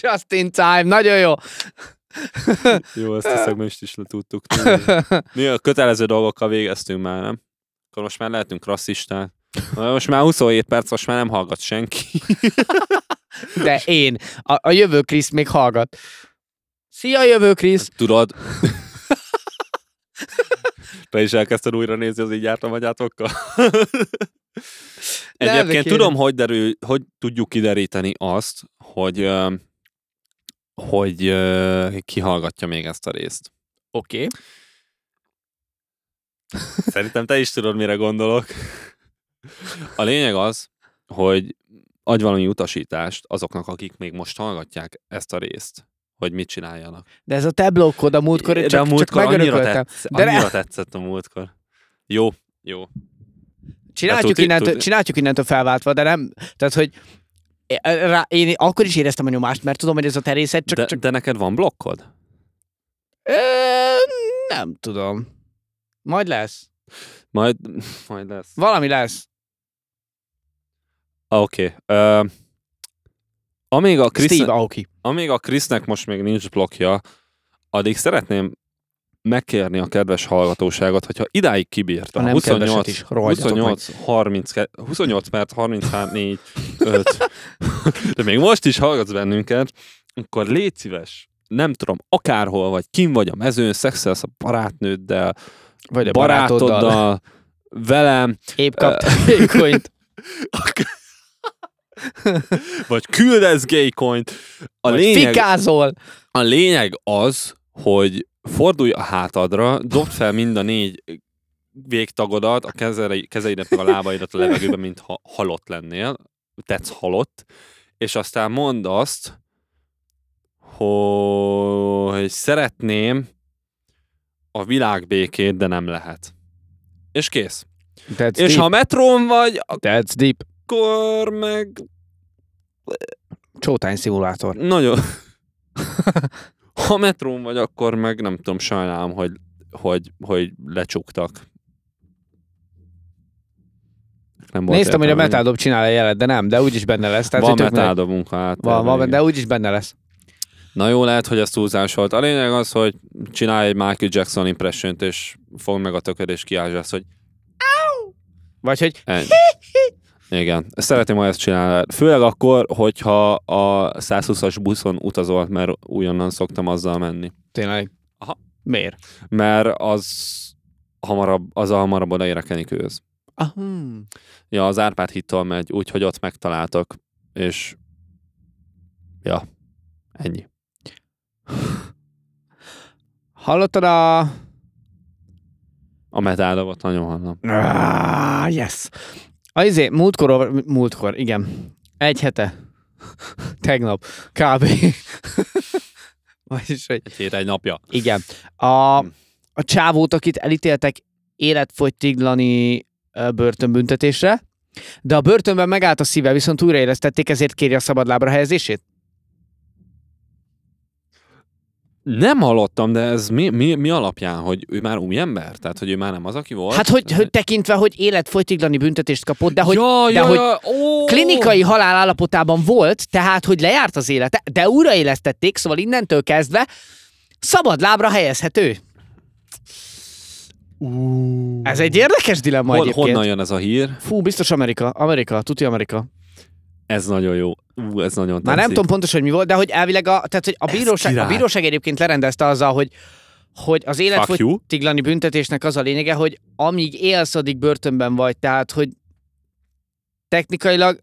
Just in time, nagyon jó.
Jó, ezt a szegmest is letudtuk. Mi a kötelező dolgokkal végeztünk már, nem? Akkor most már lehetünk rasszisták. Most már 27 perc, most már nem hallgat senki.
De én, a, a jövő Krisz még hallgat. Szia, jövő Krisz!
Tudod? Te is elkezdted újra nézni az így jártam agyátokkal?
de
Egyébként
kérem.
tudom, hogy, derül, hogy tudjuk kideríteni azt, hogy ö, hogy ö, ki hallgatja még ezt a részt.
Oké. Okay.
Szerintem te is tudod, mire gondolok. A lényeg az, hogy adj valami utasítást azoknak, akik még most hallgatják ezt a részt, hogy mit csináljanak.
De ez a te blokkod a múltkor,
De
csak,
a múltkor
csak
annyira,
megörököltem.
tetsz,
De ne-
annyira tetszett a múltkor. Jó, jó.
Csináljuk,
tudni-
innentől,
tudni-
csináljuk innentől felváltva, de nem, tehát hogy e, rá, én akkor is éreztem a nyomást, mert tudom, hogy ez a terészet, csak,
de,
csak
de neked van blokkod?
Ö, nem tudom. Majd lesz.
Majd, majd lesz.
Valami lesz.
Ah, Oké. Okay. Amíg a
Krisz...
Krisz,
Steve Aoki.
amíg a Krisznek most még nincs blokja, addig szeretném megkérni a kedves hallgatóságot, hogyha idáig kibírta,
A nem kedveset
28,
is rohagyjatok
28, 30, 28 perc, 34, 5, de még most is hallgatsz bennünket, akkor légy szíves, nem tudom, akárhol vagy, kim vagy a mezőn, szexelsz a barátnőddel,
Vagy a
barátoddal, barátoddal velem,
Épp kaptam Bitcoint.
vagy küldesz gaycoint. A lényeg,
Fikázol.
a lényeg az, hogy fordulj a hátadra, dobd fel mind a négy végtagodat, a kezere- kezeidet meg a lábaidat a levegőbe, mintha halott lennél, tetsz halott, és aztán mondd azt, hogy szeretném a világ békét, de nem lehet. És kész.
That's
és ha metrón vagy,
That's deep.
akkor meg
Csótány szimulátor.
Nagyon. ha metrón vagy, akkor meg nem tudom, sajnálom, hogy, hogy, hogy lecsuktak. Nem volt
Néztem, hogy a
értelme.
Metaldob csinál a jelet, de nem, de úgyis benne lesz. Tehát,
van
hogy tök mindegy.
metáldobunk, hát.
Van, van, de úgyis benne lesz.
Na jó, lehet, hogy ez túlzás volt. A lényeg az, hogy csinálj egy Michael Jackson impression és fogd meg a tököd, és kiáltsd azt, hogy
Vagy hogy
ennyi. Igen, szeretném, ha ezt csinálnád. Főleg akkor, hogyha a 120-as buszon utazol, mert újonnan szoktam azzal menni.
tényleg.
Aha.
Miért?
Mert az hamarabb, az a hamarabb odaér a kenikőz.
Ah, hmm.
Ja, az Árpád hittól megy, úgyhogy ott megtaláltak, és ja, ennyi.
Hallottad a...
A metáldobot nagyon hallom.
Ah, yes. A izé, múltkor, múltkor, igen. Egy hete. Tegnap. Kb. Vagyis, hogy
Egy hét, egy napja.
igen. A, a csávót, akit elítéltek életfogytiglani ö, börtönbüntetésre, de a börtönben megállt a szíve, viszont újraélesztették, ezért kéri a szabadlábra helyezését.
Nem hallottam, de ez mi, mi, mi alapján, hogy ő már új ember? Tehát, hogy ő már nem az, aki volt?
Hát, hogy, hogy tekintve, hogy életfogytiglani büntetést kapott, de hogy
ja,
de
ja,
hogy
ja, ó!
klinikai halál állapotában volt, tehát hogy lejárt az élete, de újraélesztették, szóval innentől kezdve szabad lábra helyezhető. Ez egy érdekes dilemma
Hon,
egyébként.
honnan jön ez a hír?
Fú, biztos Amerika. Amerika, tuti Amerika.
Ez nagyon jó. Ú, ez nagyon
Már nem
tetszik.
tudom pontosan, hogy mi volt, de hogy elvileg a, tehát, hogy a, bíróság, a
király.
bíróság egyébként lerendezte azzal, hogy hogy az
you.
életfogytiglani büntetésnek az a lényege, hogy amíg élsz, addig börtönben vagy. Tehát, hogy technikailag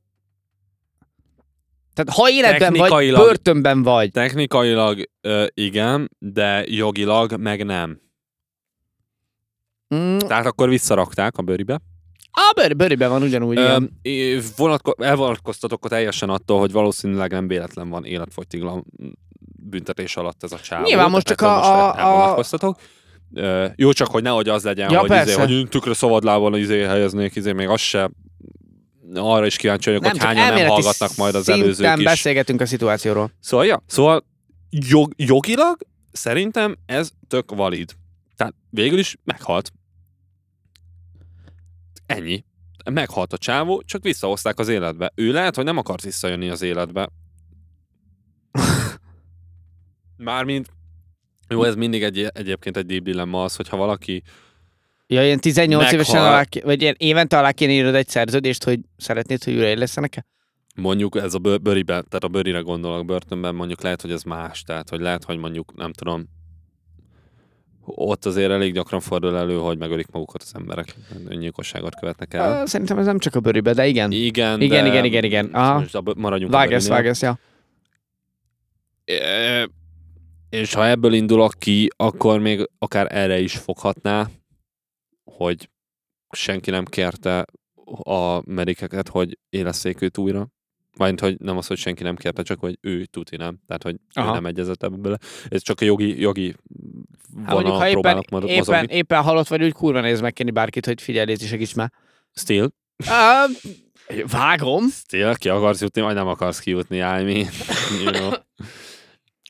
tehát ha életben vagy,
Technikailag-
börtönben vagy.
Technikailag ö, igen, de jogilag meg nem.
Mm,
Tehát akkor visszarakták a bőribe.
a bőr, bőriben van ugyanúgy.
Ö,
igen.
é, vonatko- elvonatkoztatok teljesen attól, hogy valószínűleg nem véletlen van életfogytiglan büntetés alatt ez a csávó.
Nyilván most
Tehát
csak
ettől
a-
most
a- a-
elvonatkoztatok. Ö, jó, csak hogy nehogy az legyen,
Ja,
hogy, izé,
persze.
hogy tükre szabadlábon izé helyeznék, izé, még az se arra is kíváncsi vagyok, hogy
csak
hányan nem
elméleti
hallgatnak majd az
szinten
előzők is.
beszélgetünk a szituációról.
Szóval, ja, szóval jog, jogilag szerintem ez tök valid. Tehát végül is meghalt. Ennyi. Meghalt a csávó, csak visszahozták az életbe. Ő lehet, hogy nem akart visszajönni az életbe. Mármint, jó, ez mindig egy, egyébként egy deep dilemma az, hogyha valaki
Ja, ilyen 18
Meghal.
évesen alá, ké- vagy ilyen évente alá kéne írod egy szerződést, hogy szeretnéd, hogy újraélesztenek-e?
mondjuk ez a bő- bőribe, tehát a bőrire gondolok börtönben, mondjuk lehet, hogy ez más, tehát hogy lehet, hogy mondjuk, nem tudom, ott azért elég gyakran fordul elő, hogy megölik magukat az emberek, öngyilkosságot követnek el.
Ö, Szerintem ez nem csak a bőribe, de igen.
Igen,
Igen,
de
igen, igen, igen. Aha.
Most a, bő- maradjunk a
Vág ezt,
bőrinél.
vág ezt, ja.
Ö, És ha ebből indulok ki, akkor még akár erre is foghatná, hogy senki nem kérte a medikeket, hogy élesszék őt újra. Mármint, hogy nem az, hogy senki nem kérte, csak hogy ő tuti nem. Tehát, hogy
Aha.
ő nem egyezett ebbe bele. Ez csak a jogi, jogi
Hát mondjuk,
vonal
ha éppen,
próbálnak mozogni.
éppen, éppen halott vagy, úgy kurva néz megkérni bárkit, hogy figyelj, légy segíts már.
Still, Ehm,
Á, vágom.
still, ki akarsz jutni, vagy nem akarsz kijutni, I mean. Jó.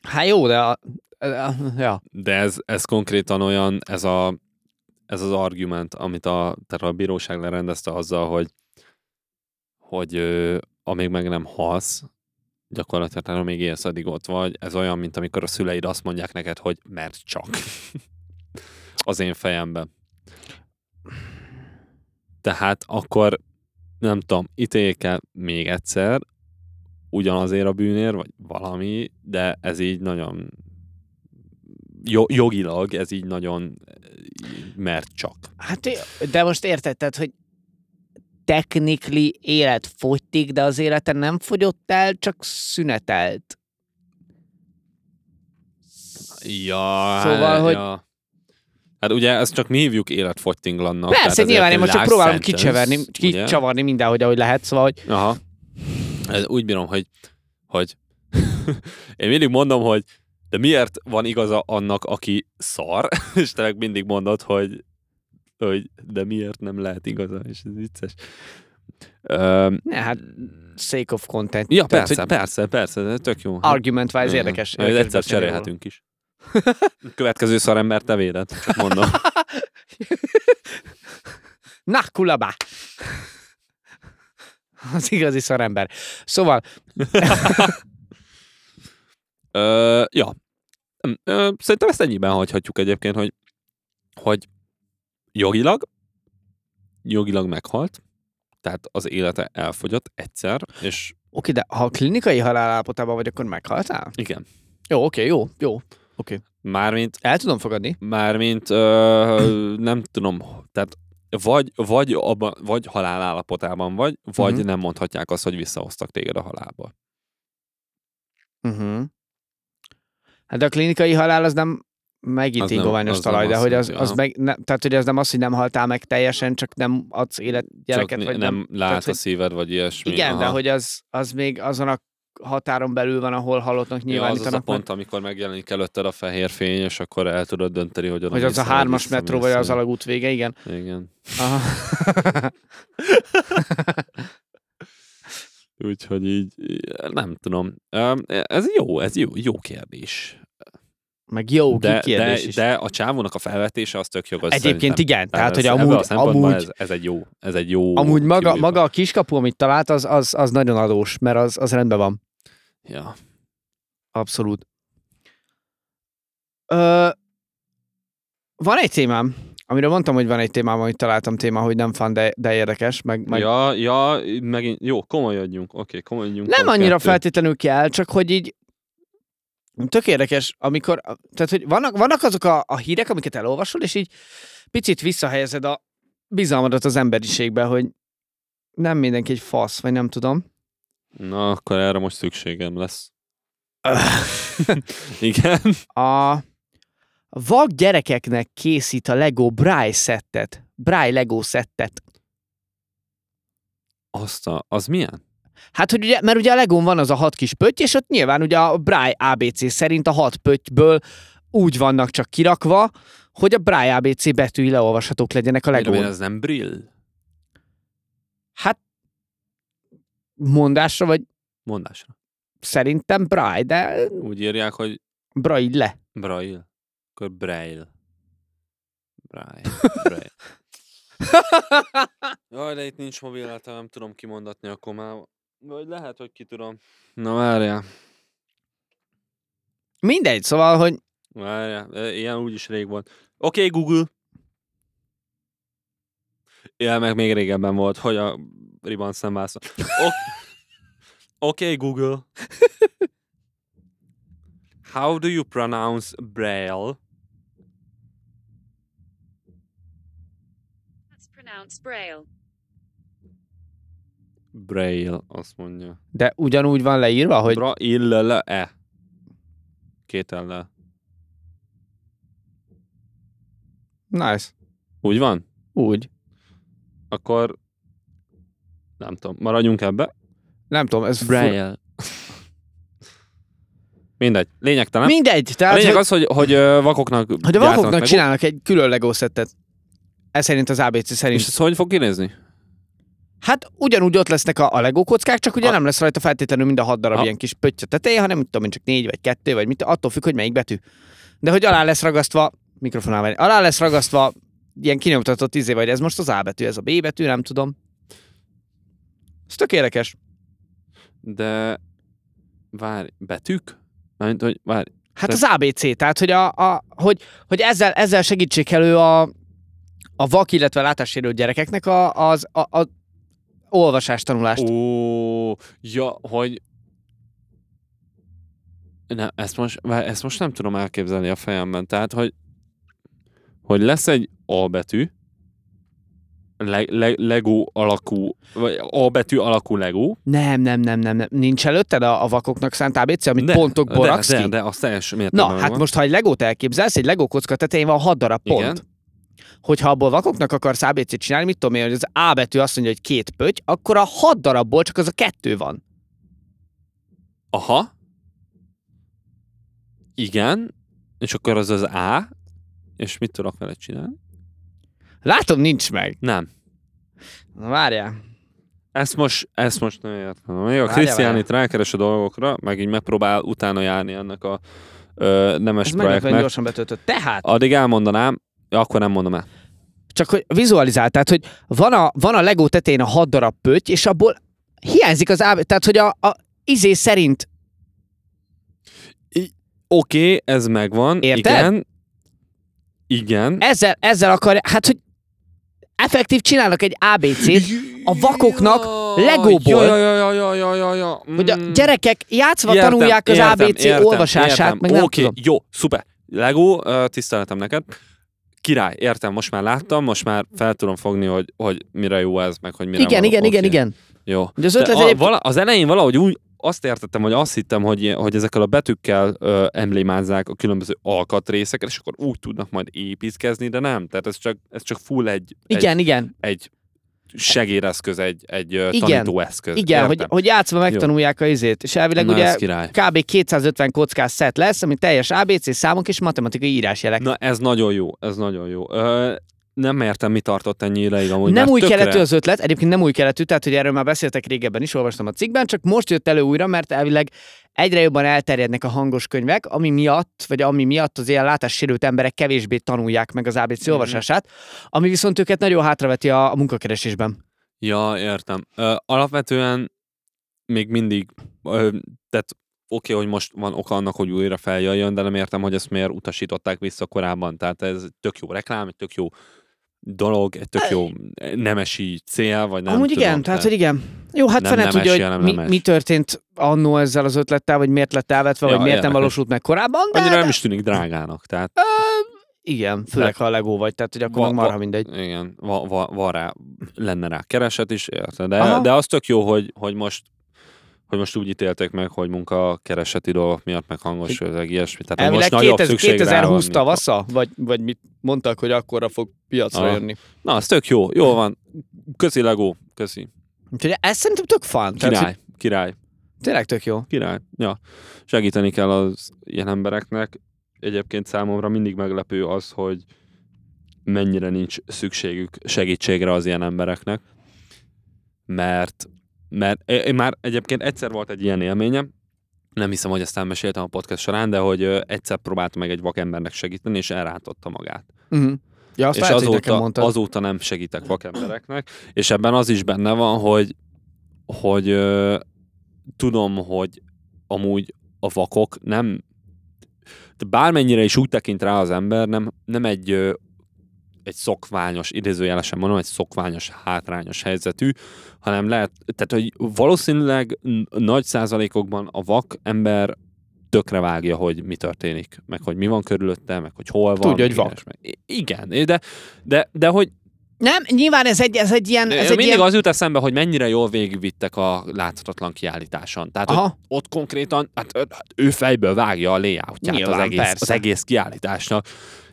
Hát jó, de... A, a- ja.
De ez, ez konkrétan olyan, ez, a, ez az argument, amit a, tehát a bíróság lerendezte azzal, hogy, hogy ö, amíg meg nem halsz, gyakorlatilag amíg élsz, addig ott vagy. Ez olyan, mint amikor a szüleid azt mondják neked, hogy mert csak. az én fejemben. Tehát akkor, nem tudom, ítéljék el még egyszer, ugyanazért a bűnér, vagy valami, de ez így nagyon jo- jogilag ez így nagyon eh, mert csak.
Hát, de most érted, tehát, hogy technikli élet fogytik, de az élete nem fogyott el, csak szünetelt.
Ja,
Szóval, hogy-
Ja. Hát ugye ezt csak mi hívjuk életfogytinglannak. tehát
Persze,
ezért
nyilván én
egy
most csak
life
próbálom
sentence,
kicseverni,
ugye?
kicsavarni mindenhogy, ahogy lehet, szóval, hogy
Aha. Ez úgy bírom, hogy, hogy én mindig mondom, hogy de miért van igaza annak, aki szar, és te meg mindig mondod, hogy, hogy de miért nem lehet igaza, és ez vicces. Öm,
ne, hát sake of content.
ja,
Tehát,
persze,
hogy
persze, persze, de tök jó. Hát
Argument wise
Mhm.
érdekes.
Majd
érdekes
egyszer
beszélni
cserélhetünk is. Következő szarember te véded, csak mondom.
Na, kulabá! Az igazi szarember. Szóval,
Ö, Ö, ja. Nem, Ö, szerintem ezt ennyiben hagyhatjuk egyébként, hogy, hogy jogilag, jogilag meghalt, tehát az élete elfogyott egyszer, és
Oké, de ha klinikai halálállapotában vagy, akkor meghaltál?
igen,
Jó, oké, jó, jó.
mármint
El tudom fogadni.
Mármint ö, nem tudom, tehát vagy, vagy, abban, vagy halálállapotában vagy, vagy
Mhm.
nem mondhatják azt, hogy visszahoztak téged a halálba. Mhm.
Uh-huh. Hát de a klinikai halál az nem
Az
megint
nem-
ingoványos
az nem
talaj, de
azt
hogy az,
jelenti,
az
aha.
meg, ne, tehát hogy az nem az, hogy nem haltál meg teljesen, csak nem adsz élet gyereket,
Csak
vagy
vagy
nem.
nem, lát
tehát,
a
hogy-
szíved, vagy ilyesmi.
Igen,
aha.
de hogy az, az még azon a határon belül van, ahol halottnak
Ja, az az a
nyilvánítanak. meg.
pont, amikor megjelenik előtted a fehér fény, és akkor el tudod dönteni, hogy oda
Hogy az a
mész-e, vagy
hármas
visszamész-e.
metró, vagy az alagút vége, igen.
Igen.
Aha.
Úgyhogy így, nem tudom. Öm, Ez jó, ez jó, jó kérdés.
Meg jó,
de,
de, kérdés
de,
is.
de a csávónak a felvetése az tök jogos
Egyébként igen, tehát hogy
ez- ebből a
amúgy,
szempontból
amúgy,
ez, ez, egy jó, ez egy jó
amúgy maga,
kivétel.
maga a kiskapu, amit talált, az, az, az nagyon adós, mert az, az rendben van.
Ja.
Abszolút. Ö, van egy témám, amiről mondtam, hogy van egy témám, amit találtam téma, hogy nem fan, de, de érdekes, meg, meg
Meg... ja, ja, megint, jó, komolyodjunk, oké, okay, komolyodjunk.
Nem
pont
annyira
kettő.
feltétlenül kell, csak hogy így tök érdekes, amikor, tehát hogy vannak, vannak azok a, a hírek, amiket elolvasol, és így picit visszahelyezed a bizalmadat az emberiségbe, hogy nem mindenki egy fasz, vagy nem tudom.
Na, akkor erre most szükségem lesz. Igen.
A vak gyerekeknek készít a Lego Braille szettet. Braille Lego szettet.
Azt a, az milyen?
Hát, hogy ugye, mert ugye a Legón van az a hat kis pötty, és ott nyilván ugye a Braille ABC szerint a hat pöttyből úgy vannak csak kirakva, hogy a Braille ABC betűi leolvashatók legyenek a
Legó.
Legón.
ez nem brill?
Hát mondásra, vagy
Mondásra.
szerintem Braille, de
Úgy írják, hogy
Braille le.
braille. Akkor braille. Braille. braille. Jaj, de itt nincs mobilláta, nem tudom kimondatni a komával. Vagy lehet, hogy ki tudom. Na várjál,
Mindegy, szóval, hogy
várjál. Ö, Ilyen úgyis rég volt. Oké, okay, Google. Ja, meg még régebben volt, hogy a riban szemvászon. Oké, okay, Google. How do you pronounce braille?
That's pronounced braille.
Braille, azt mondja.
de ugyanúgy van leírva, hogy
Hogy... Braille-e. Két ellel.
nice,
Úgy van?
úgy.
Akkor nem tudom, maradjunk ebbe.
Nem tudom, ez fura.
Braille. Mindegy, lényegtelen.
Mindegy,
A
tehát,
lényeg
Hát, hogy,
az, hogy, hogy ö, vakoknak
hogy a
gyártanak
vakoknak
meg-
csinálnak egy külön Lego szettet. Ez szerint az ABC szerint.
És ez hogy fog kinézni?
Hát ugyanúgy ott lesznek a, a Lego kockák, csak ugye
A-
nem lesz rajta feltétlenül mind a hat darab
A-
ilyen kis pötty a tetején, hanem mit tudom én, csak négy vagy kettő, vagy mit, attól függ, hogy melyik betű. De hogy alá lesz ragasztva, mikrofonál venni, alá lesz ragasztva ilyen kinyomtatott izé, vagy ez most az A betű, ez a B betű, nem tudom. Ez tök érdekes.
De várj, betűk? Mármint, hogy várj,
Hát
Te-
az ABC, tehát hogy, a, a, hogy, hogy ezzel, ezzel segítsék elő a, a vak, illetve látássérült gyerekeknek a, az, a, a olvasás tanulást.
ó, ja, hogy nem, ezt most, várj, ezt most nem tudom elképzelni a fejemben. Tehát, hogy, hogy lesz egy A betű, le, le, Lego alakú, vagy A betű alakú Lego,
Nem, nem, nem, nem, nem. Nincs előtted a, a vakoknak szánt ABC, amit
De,
pontokból
de,
raksz ki?
de, de az teljes
Na,
mértékben
hát
megvan.
most, ha egy legót elképzelsz, egy legó kocka tetején van 6 darab pont.
Igen.
Hogyha abból vakoknak akarsz ABC-t csinálni, mit tudom én, hogy az A betű azt mondja, hogy két pöty, akkor a 6 darabból csak az a kettő van.
Aha. Igen. És akkor az az A. És mit tudok vele csinálni?
Látom, nincs meg.
Nem.
Na, várjál.
Ezt most, ezt most nem értem. Még a
Várjál,
Krisztián
várjál.
itt rákeres a dolgokra, meg így megpróbál utána járni ennek a ö, nemes
Ez meglepően
projektnek.
gyorsan betöltött. Tehát,
Addig elmondanám, ja, akkor nem mondom el.
csak hogy vizualizáld, tehát, hogy van a, van a legó tetején a 6 darab pöty, és abból hiányzik az A, tehát, hogy a, a izé szerint
I- oké, okay, ez megvan.
Érted? E-
Igen. Igen.
Ezzel, ezzel akar, hát hogy effektív csinálnak egy ABC-t, a vakoknak Legóból-
Ja, ja, ja, ja, ja, ja, ja. Mm.
hogy a gyerekek játszva
Értem,
Szóval tanulják az
értem,
ABC
értem,
olvasását,
értem.
meg nem
Oké,
tudom.
jó, szuper. Lego, ö, tiszteletem neked. Király, értem, most már láttam, most már fel tudom fogni, hogy, hogy mire jó ez, meg hogy mire
Igen,
való.
igen, igen,
Oké,
igen.
Jó.
Ugye az
De
ötlet
a,
egyébként-
vala, az elején valahogy úgy azt értettem, hogy azt hittem, hogy, ilyen- hogy ezekkel a betűkkel ö, emblémázzák a különböző alkatrészeket, és akkor úgy tudnak majd építkezni, de nem. Tehát ez csak, ez csak full egy,
Igen, igen,
egy, egy segéreszköz, egy, egy ö,
Igen.
tanítóeszköz.
igen, hogy,
Értem?
hogy játszva megtanulják a izét, és elvileg
Na,
ugye
ez király.
kb. 250 kockás szett lesz, ami teljes ABC számok és matematikai írásjelek.
Na ez nagyon jó, ez nagyon jó. Ö, nem értem, mi tartott ennyi ideig amúgy.
nem
mert
új
tökre-
keletű az ötlet, egyébként nem új keletű, tehát hogy erről már beszéltek régebben is, olvastam a cikkben, csak most jött elő újra, mert elvileg egyre jobban elterjednek a hangos könyvek, ami miatt, vagy ami miatt az ilyen látássérült emberek kevésbé tanulják meg az ABC
Mhm.
olvasását, ami viszont őket nagyon hátraveti a, a munkakeresésben.
Ja, értem. Ö, alapvetően még mindig, ö, tehát oké, hogy most van oka annak, hogy újra feljöjjön, de nem értem, hogy ezt miért utasították vissza korábban. Tehát ez egy tök jó reklám, egy tök jó dolog, egy tök jó nemesi cél, vagy nem
Nem Amúgy
tudom.
igen, tehát hogy igen. Jó, hát
Nem
fene
nemes,
tudja,
jelen
hogy mi,
nemes.
mi történt annó ezzel az ötlettel, vagy miért lett elvetve,
Ja,
vagy miért nem
érdekes.
valósult meg korábban, de
Annyira nem is tűnik drágának, tehát
igen, főleg ha a Lego vagy, tehát hogy akkor
Va-
meg
va-
marha mindegy.
igen, va, va, van rá, lenne rá kereset is, érted? De,
Aha.
de az tök jó, hogy, hogy most hogy most úgy ítélték meg, hogy munka kereseti dolgok miatt, meg hangos, meg ilyesmi. Tehát hogy
Elvileg
most nagyobb
2000,
szükség rá van,
2020
mint-
tavasza, vagy, vagy mit mondtak, hogy akkorra fog piacra
Aha.
jönni.
Na, az tök jó. Jó van. Köszi, Lego. Köszi.
Úgyhogy ez szerintem tök fun. Tehát, hogy
Király. Király.
tényleg tök jó.
Király. Ja. Segíteni kell az ilyen embereknek. Egyébként számomra mindig meglepő az, hogy mennyire nincs szükségük segítségre az ilyen embereknek. Mert, mert én már egyébként egyszer volt egy ilyen élményem, nem hiszem, hogy ezt elmeséltem a podcast során, de hogy ö, egyszer próbáltam meg egy vakembernek segíteni, és elrántotta magát.
Uh-huh. Ja, azt
és
lehet, hogy nekem
azóta,
mondtad.
azóta nem segítek vakembereknek, és ebben az is benne van, hogy, hogy ö, tudom, hogy amúgy a vakok nem, de bármennyire is úgy tekint rá az ember, nem, nem egy, ö, egy szokványos, idézőjelesen mondom, egy szokványos, hátrányos helyzetű, hanem lehet, tehát hogy valószínűleg n- nagy százalékokban a vak ember tökre vágja, hogy mi történik, meg hogy mi van körülötte, meg hogy hol van.
Tudja, hogy
meg
vak.
ilyesmi. I- Igen, de, de, de hogy
Nem, nyilván ez egy, ez egy ilyen... Ez
ez
egy
mindig
ilyen...
az jut eszembe, hogy mennyire jól végigvittek a láthatatlan kiállításon. Tehát, hogy
Aha.
ott konkrétan, hát, ö- hát ő fejből vágja a layoutját az
Nyilván,
egész,
persze.
az egész kiállításnak.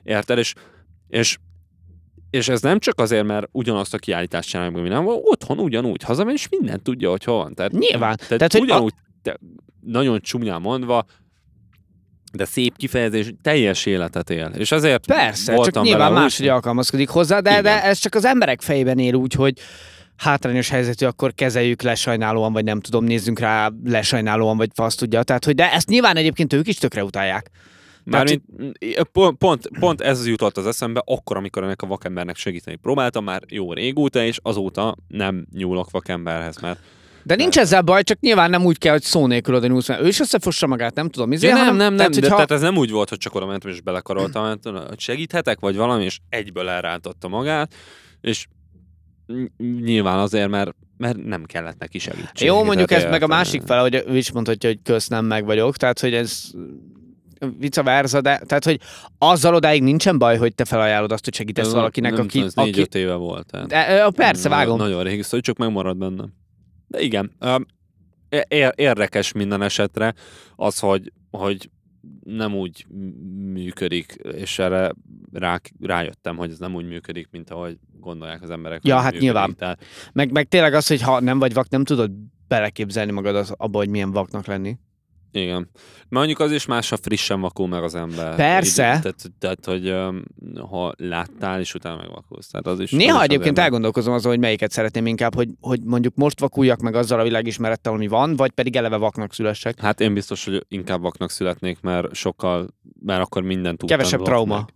Érted? És, és, és ez nem csak azért, mert ugyanazt a kiállítást csináljuk, mint nem, otthon ugyanúgy hazamegy, és mindent tudja, hogy hol van. Tehát,
Nyilván.
Tehát,
Tehát,
Tehát
hogy a-
ugyanúgy, a... te, nagyon csúnyán mondva, de szép kifejezés, teljes életet él. És ezért
Persze,
voltam
csak nyilván
vele úgy,
máshogy alkalmazkodik hozzá, de, de
Igen.
ez csak az emberek fejében él úgy, hogy hátrányos helyzetű, akkor kezeljük lesajnálóan, vagy nem tudom, nézzünk rá lesajnálóan, vagy azt tudja. Tehát, hogy de ezt nyilván egyébként ők is tökre utálják.
Mármint m- pont, pont, pont ez jutott az eszembe, akkor, amikor ennek a vakembernek segíteni próbáltam, már jó régóta, és azóta nem nyúlok vakemberhez, mert
De nincs ezzel baj, csak nyilván nem úgy kell, hogy szó nélkül oda nyúlsz, mert ő is összefossa magát, nem tudom, izé,
ja, nem, nem,
hanem-
nem, tehát,
tehát,
de,
hogyha-
tehát ez nem úgy volt, hogy csak oda mentem és belekaroltam, hanem tudod, hogy segíthetek, vagy valami, és egyből elrántotta magát, és ny- nyilván azért, mert, mert nem kellett neki segítség.
Jó, mondjuk
Tehát
ez meg a
értem,
másik fele, hogy ő is mondhatja, hogy kösz, nem meg vagyok, tehát hogy ez vice versa, de tehát hogy azzal odáig nincsen baj, hogy te felajánlod azt, hogy segítesz
ez
valakinek,
nem,
aki...
Ez
aki
négy-öt éve volt. Tehát.
de, ö, persze,
Nagyon-
vágom.
Nagyon régi szó, csak megmarad bennem. De igen, öm, é- é- érdekes minden esetre az, hogy, hogy nem úgy működik, és erre rá, rájöttem, hogy ez nem úgy működik, mint ahogy gondolják az emberek. hogy
Ja, hát
működik.
nyilván.
Tehát,
Meg, meg tényleg az, hogy ha nem vagy vak, nem tudod beleképzelni magad az, abba, hogy milyen vaknak lenni.
igen. Mondjuk az is más, ha frissen vakul meg az ember.
Persze.
Így- Tehát, tehát hogy öm, ha láttál, és utána megvakulsz. Tehát az is, az is
Néha egyébként
azért-
elgondolkozom azon, hogy melyiket szeretném inkább, hogy, hogy mondjuk most vakuljak meg azzal a világismerettel, ami van, vagy pedig eleve vaknak szülessek.
Hát én biztos, hogy inkább vaknak születnék, mert sokkal, mert akkor mindent úgy
Kevesebb
tanulok
trauma.
meg.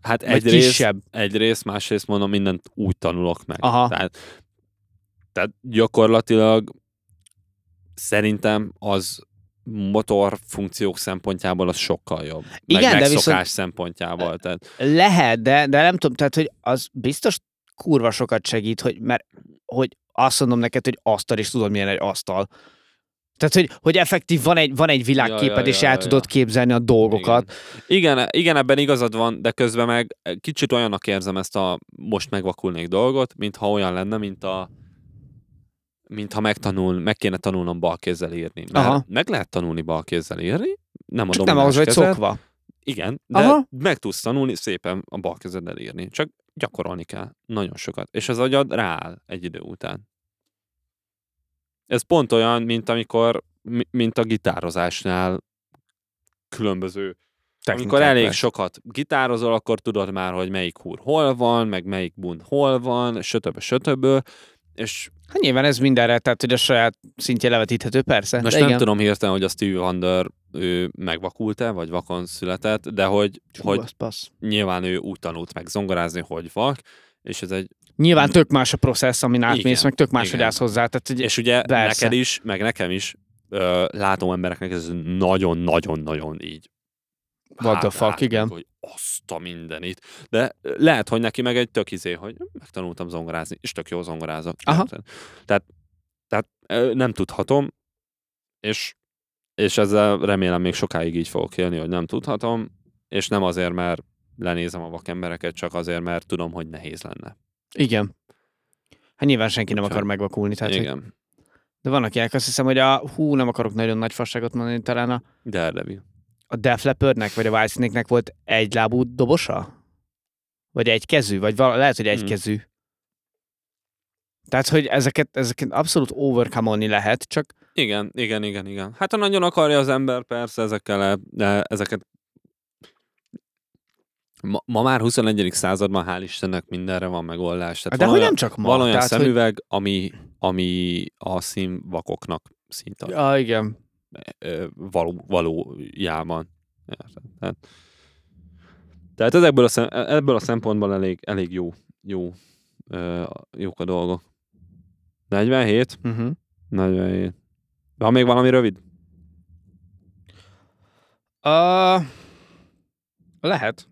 Hát
Vagy
egyrészt,
kisebb.
egyrészt, másrészt mondom, mindent úgy tanulok meg.
Aha.
Tehát, tehát gyakorlatilag szerintem az motor funkciók szempontjából az sokkal jobb.
Igen,
Meg
de
megszokás
viszont-
szempontjából. Tehát,
Lehet, de, de nem tudom, tehát, hogy az biztos kurva sokat segít, hogy, mert hogy azt mondom neked, hogy asztal, és tudod, milyen egy asztal. Tehát, hogy, hogy effektív van egy, van egy világképed,
ja,
és
ja,
el
ja.
tudod képzelni a dolgokat.
igen. igen, igen, ebben igazad van, de közben meg kicsit olyannak érzem ezt a most megvakulnék dolgot, mintha olyan lenne, mint a mintha megtanul, meg kéne tanulnom balkézzel írni. Mert
Aha.
meg lehet tanulni balkézzel írni, nem a
Csak nem
domináns
ahhoz vagy
kezed.
szokva.
Igen, de
Aha.
meg tudsz tanulni szépen a bal kezeddel írni. Csak gyakorolni kell. Nagyon sokat. És az agyad rááll egy idő után. Ez pont olyan, mint amikor, mi- mint a gitározásnál különböző. Amikor elég sokat gitározol, akkor tudod már, hogy melyik húr hol van, meg melyik bund hol van, sötöbö, sötöbö. És
Hát nyilván ez mindenre, tehát hogy a saját szintje levetíthető, persze.
most
de Hát
nem
igen.
tudom hirtelen, hogy a Stevie Wonder ő megvakult-e, vagy vakon született, de hogy,
Hú,
hogy
az passz.
nyilván ő úgy tanult meg zongorázni, hogy vak, és ez egy,
Nyilván tök más a processz, amin átmész,
Igen,
meg tök más, hogy
igen.
állsz hozzá. Tehát, hogy
és ugye
Persze.
neked is, meg nekem is, ö, látom embereknek, ez nagyon-nagyon-nagyon így.
What the
hát-
fuck,
hát,
igen.
Hogy azt a mindenit. De ö, lehet, hogy neki meg egy tök izé, hogy megtanultam zongorázni, és tök jó zongorázok.
Aha.
Tehát, tehát ö, nem tudhatom, és, és ezzel remélem még sokáig így fogok élni, hogy nem tudhatom, és nem azért, mert lenézem a vakembereket, csak azért, mert tudom, hogy nehéz lenne.
igen. Hát nyilván senki nem
Úgyhogy-
akar megvakulni. Tehát, hogy,
Igen.
de van, akinek azt hiszem, hogy a hú, nem akarok nagyon nagy fasságot mondani, talán a,
Daredevil.
a Def Leppardnek, vagy a Whitesnake-nek volt egy lábú dobosa? Vagy egy kezű? Vagy vala, lehet, hogy egy
Hmm.
kezű. Tehát, hogy ezeket, ezeket abszolút overcome lehet, csak
Igen, igen, igen, igen. Hát ha nagyon akarja az ember, persze ezekkel, le- de ezeket Ma, ma már 21. században hál' Istennek mindenre van megoldás. Tehát
de
van
hogy
olyan,
nem csak ma.
van olyan
tehát, hogy,
szemüveg, ami, ami a színvakoknak szinte ja.
ja, igen.
való, valójában. Érted? Tehát, tehát ezekből a, szem, e, ebből a szempontból elég, elég jó, jó, ö, jók a dolgok. 47?
Uh-huh.
Nagyon jó. Van még valami rövid?
Uh, lehet.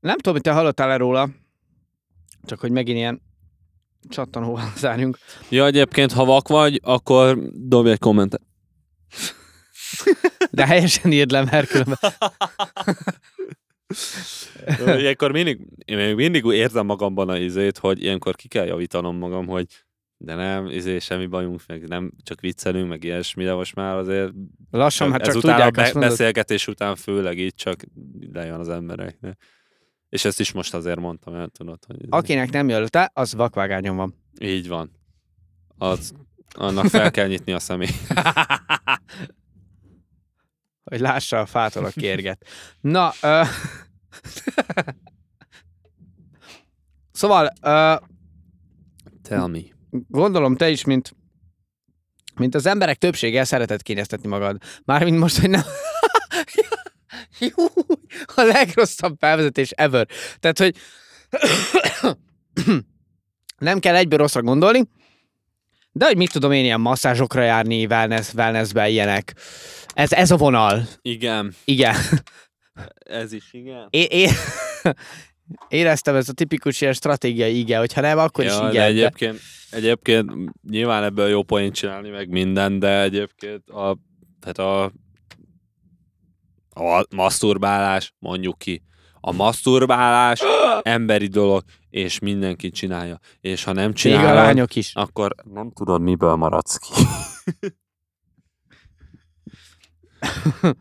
Nem tudom, hogy te hallottál-e róla, csak hogy megint ilyen csattanóval zárjunk.
Ja, egyébként, ha vak vagy, akkor dobj egy kommentet.
De helyesen írd le, mert különben.
Ilyenkor mindig, én még mindig úgy érzem magamban a izét, hogy ilyenkor ki kell javítanom magam, hogy de nem, izé, semmi bajunk, meg nem, csak viccelünk, meg ilyesmi, de most már azért
Lassan, már hát csak
ezután
tudják,
a
azt
be-
mondod.
beszélgetés után főleg így csak lejön az embereknek. És ezt is most azért mondtam, el tudod, hogy izé.
Akinek nem jött le, az vakvágányon van.
Így van. Az, annak fel kell nyitni a személy.
Hogy lássa a fától a kérget. Na, uh... szóval, uh,
Tell me.
gondolom te is, mint, mint az emberek többsége szeretett kényeztetni magad. Mármint most, hogy nem... Jú, a legrosszabb felvezetés ever. Tehát, hogy nem kell egyből rosszra gondolni, de hogy mit tudom én, ilyen masszázsokra járni, wellness, wellnessbe, ilyenek. Ez, ez a vonal.
Igen,
Igen.
ez is igen.
É- é- éreztem ez a tipikus ilyen stratégiai igen, hogyha nem, akkor is
Ja,
igen.
de
de-
egyébként, egyébként nyilván ebből jó poént csinálni, meg minden, de egyébként a, tehát a, a maszturbálás, mondjuk ki, a maszturbálás emberi dolog, és mindenki csinálja. És ha nem
Még a
csinálod,
lányok is.
akkor nem tudod, miből maradsz ki.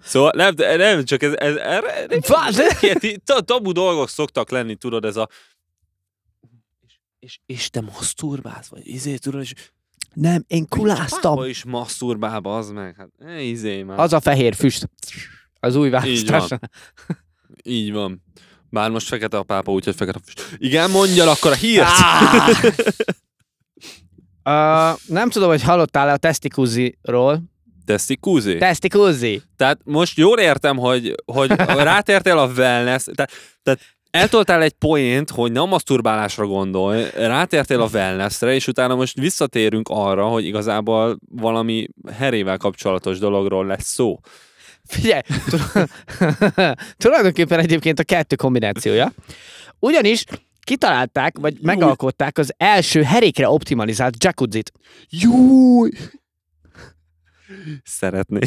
szóval nem, de nem csak ez, ez erre, nem,
Vá, de-
Ilyen ti- ta- tabu dolgok szoktak lenni, tudod, ez a és, és, és te maszturbálsz, vagy izé, tudod, és
Nem, én kuláztam.
Pápa is maszturbál, az meg, hát ne izé már.
Az a fehér füst. Az új
van.
választás.
Így van. Bár most fekete a pápa, úgyhogy fekete a füst. Igen, mondjál akkor a hírt!
Ah! Ö, nem tudom, hogy hallottál-e a testikuziról.
Teszi kúzi.
Testikuzi.
Tehát most jól értem, hogy, hogy rátértél a wellness, tehát, tehát eltoltál egy poént, hogy nem a masturbálásra gondol, rátértél a wellnessre, és utána most visszatérünk arra, hogy igazából valami herével kapcsolatos dologról lesz szó.
Figyelj, tul- tulajdonképpen egyébként a kettő kombinációja. Ugyanis kitalálták, vagy megalkották az első herékre optimalizált jacuzzit.
Júj! Szeretnék.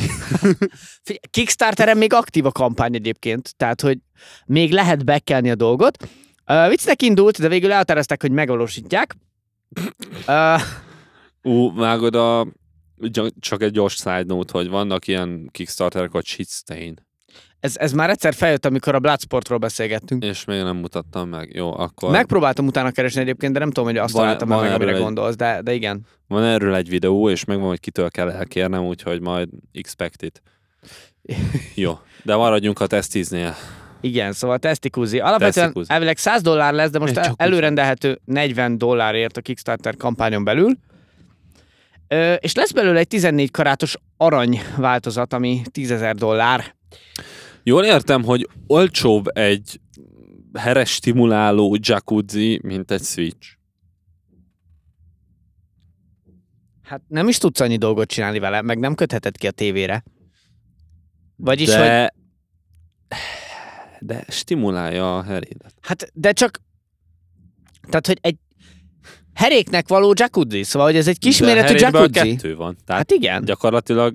Figyelj, Kickstarteren még aktív a kampány egyébként, tehát hogy még lehet bekelni a dolgot. Uh, viccnek indult, de végül eltereztek, hogy megvalósítják. Uh,
Ú, vágod a... gy- Csak egy gyors side note, hogy vannak ilyen kickstarterek, hogy shitstain,
ez, ez már egyszer feljött, amikor a Bloodsportról beszélgettünk.
és még nem mutattam meg. Jó, akkor
Megpróbáltam utána keresni egyébként, de nem tudom, hogy azt
Van-
találtam
van
meg, amire
erről egy-
gondolsz, de, de igen.
van erről egy videó, és megvan, hogy kitől kell elkérnem, úgyhogy majd expect it. Jó, de maradjunk a tesztíznél.
Igen, szóval tesztikúzi. Alapvetően
Tesztikúzi.
elvileg 100 dollár lesz, de most
Egy
el-
jacuzzi.
előrendelhető 40 dollárért a Kickstarter kampányon belül. Ö, és lesz belőle egy 14 karátos arany változat, ami 10 ezer dollár.
Jól értem, hogy olcsóbb egy heres stimuláló jacuzzi, mint egy switch.
Hát nem is tudsz annyi dolgot csinálni vele, meg nem kötheted ki a tévére. Vagyis, de... hogy...
De... De stimulálja a herédet.
Hát, de csak... Tehát, hogy egy heréknek való jacuzzi, szóval, hogy ez egy kisméretű
De herétből
jacuzzi.
kettő van. Tehát
Hát igen.
gyakorlatilag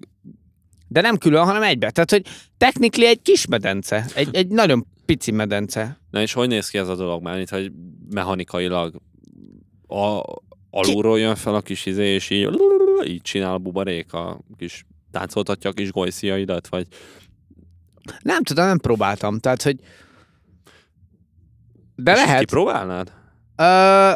De nem külön, hanem egybe. Tehát, hogy technikli egy kis medence. Egy, egy nagyon pici medence.
Na és hogy néz ki ez a dolog már, mint hogy mechanikailag a, alulról jön fel a kis izé, és így, így csinál a bubarék a kis táncoltatja a kis golyszíjaidat, vagy
Nem tudom, nem próbáltam. Tehát, hogy... De
és
lehet.
kipróbálnád?
Ö...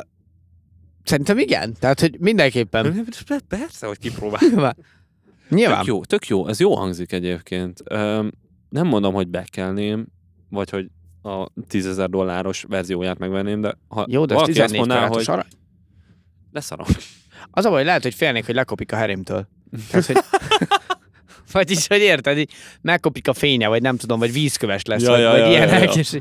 Szerintem igen. Tehát, hogy mindenképpen.
Persze, hogy kipróbál.
Nyilván. Nyilván.
Tök jó, tök jó, ez jó hangzik egyébként. Öm, nem mondom, hogy bekelném, vagy hogy a 10.000 dolláros verzióját megvenném, de ha
Jó, de ez
valaki azt
14
mondaná,
karátos
hogy
arany.
leszarom.
Az a baj, lehet, hogy félnék, hogy lekopik a herémtől. Tehát, hogy... Vagyis, hogy érted, így megkopik a fénye, vagy nem tudom, vagy vízköves lesz,
Ja,
vagy,
ja,
vagy
ja, ja,
ilyenek.
ja.
És...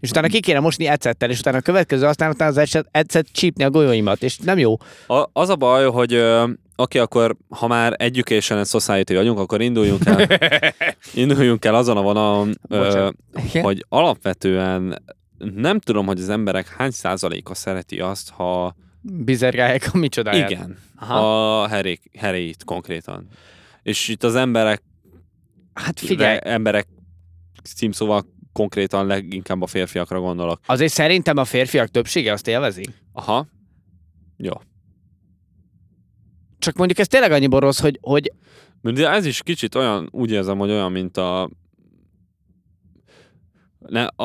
és utána ki kéne mosni ecettel, és utána a következő használatán az ecet, ecet csípni a golyóimat, és nem jó.
A, az a baj, hogy ö, aki akkor, ha már Education and Society vagyunk, akkor induljunk el, induljunk el azon a vonalon, ö,
Bocsánat. Igen?
hogy alapvetően nem tudom, hogy az emberek hány százaléka szereti azt, ha
Bizergálják a micsodáját.
igen,
Aha.
a herék, herét konkrétan. És itt az emberek,
Hát figyelj,
emberek címszóval konkrétan leginkább a férfiakra gondolok.
azért szerintem a férfiak többsége azt élvezi.
Aha, jó.
Csak mondjuk ez tényleg annyi rossz, hogy, hogy
De ez is kicsit olyan, úgy érzem, hogy olyan, mint a... Ne, a,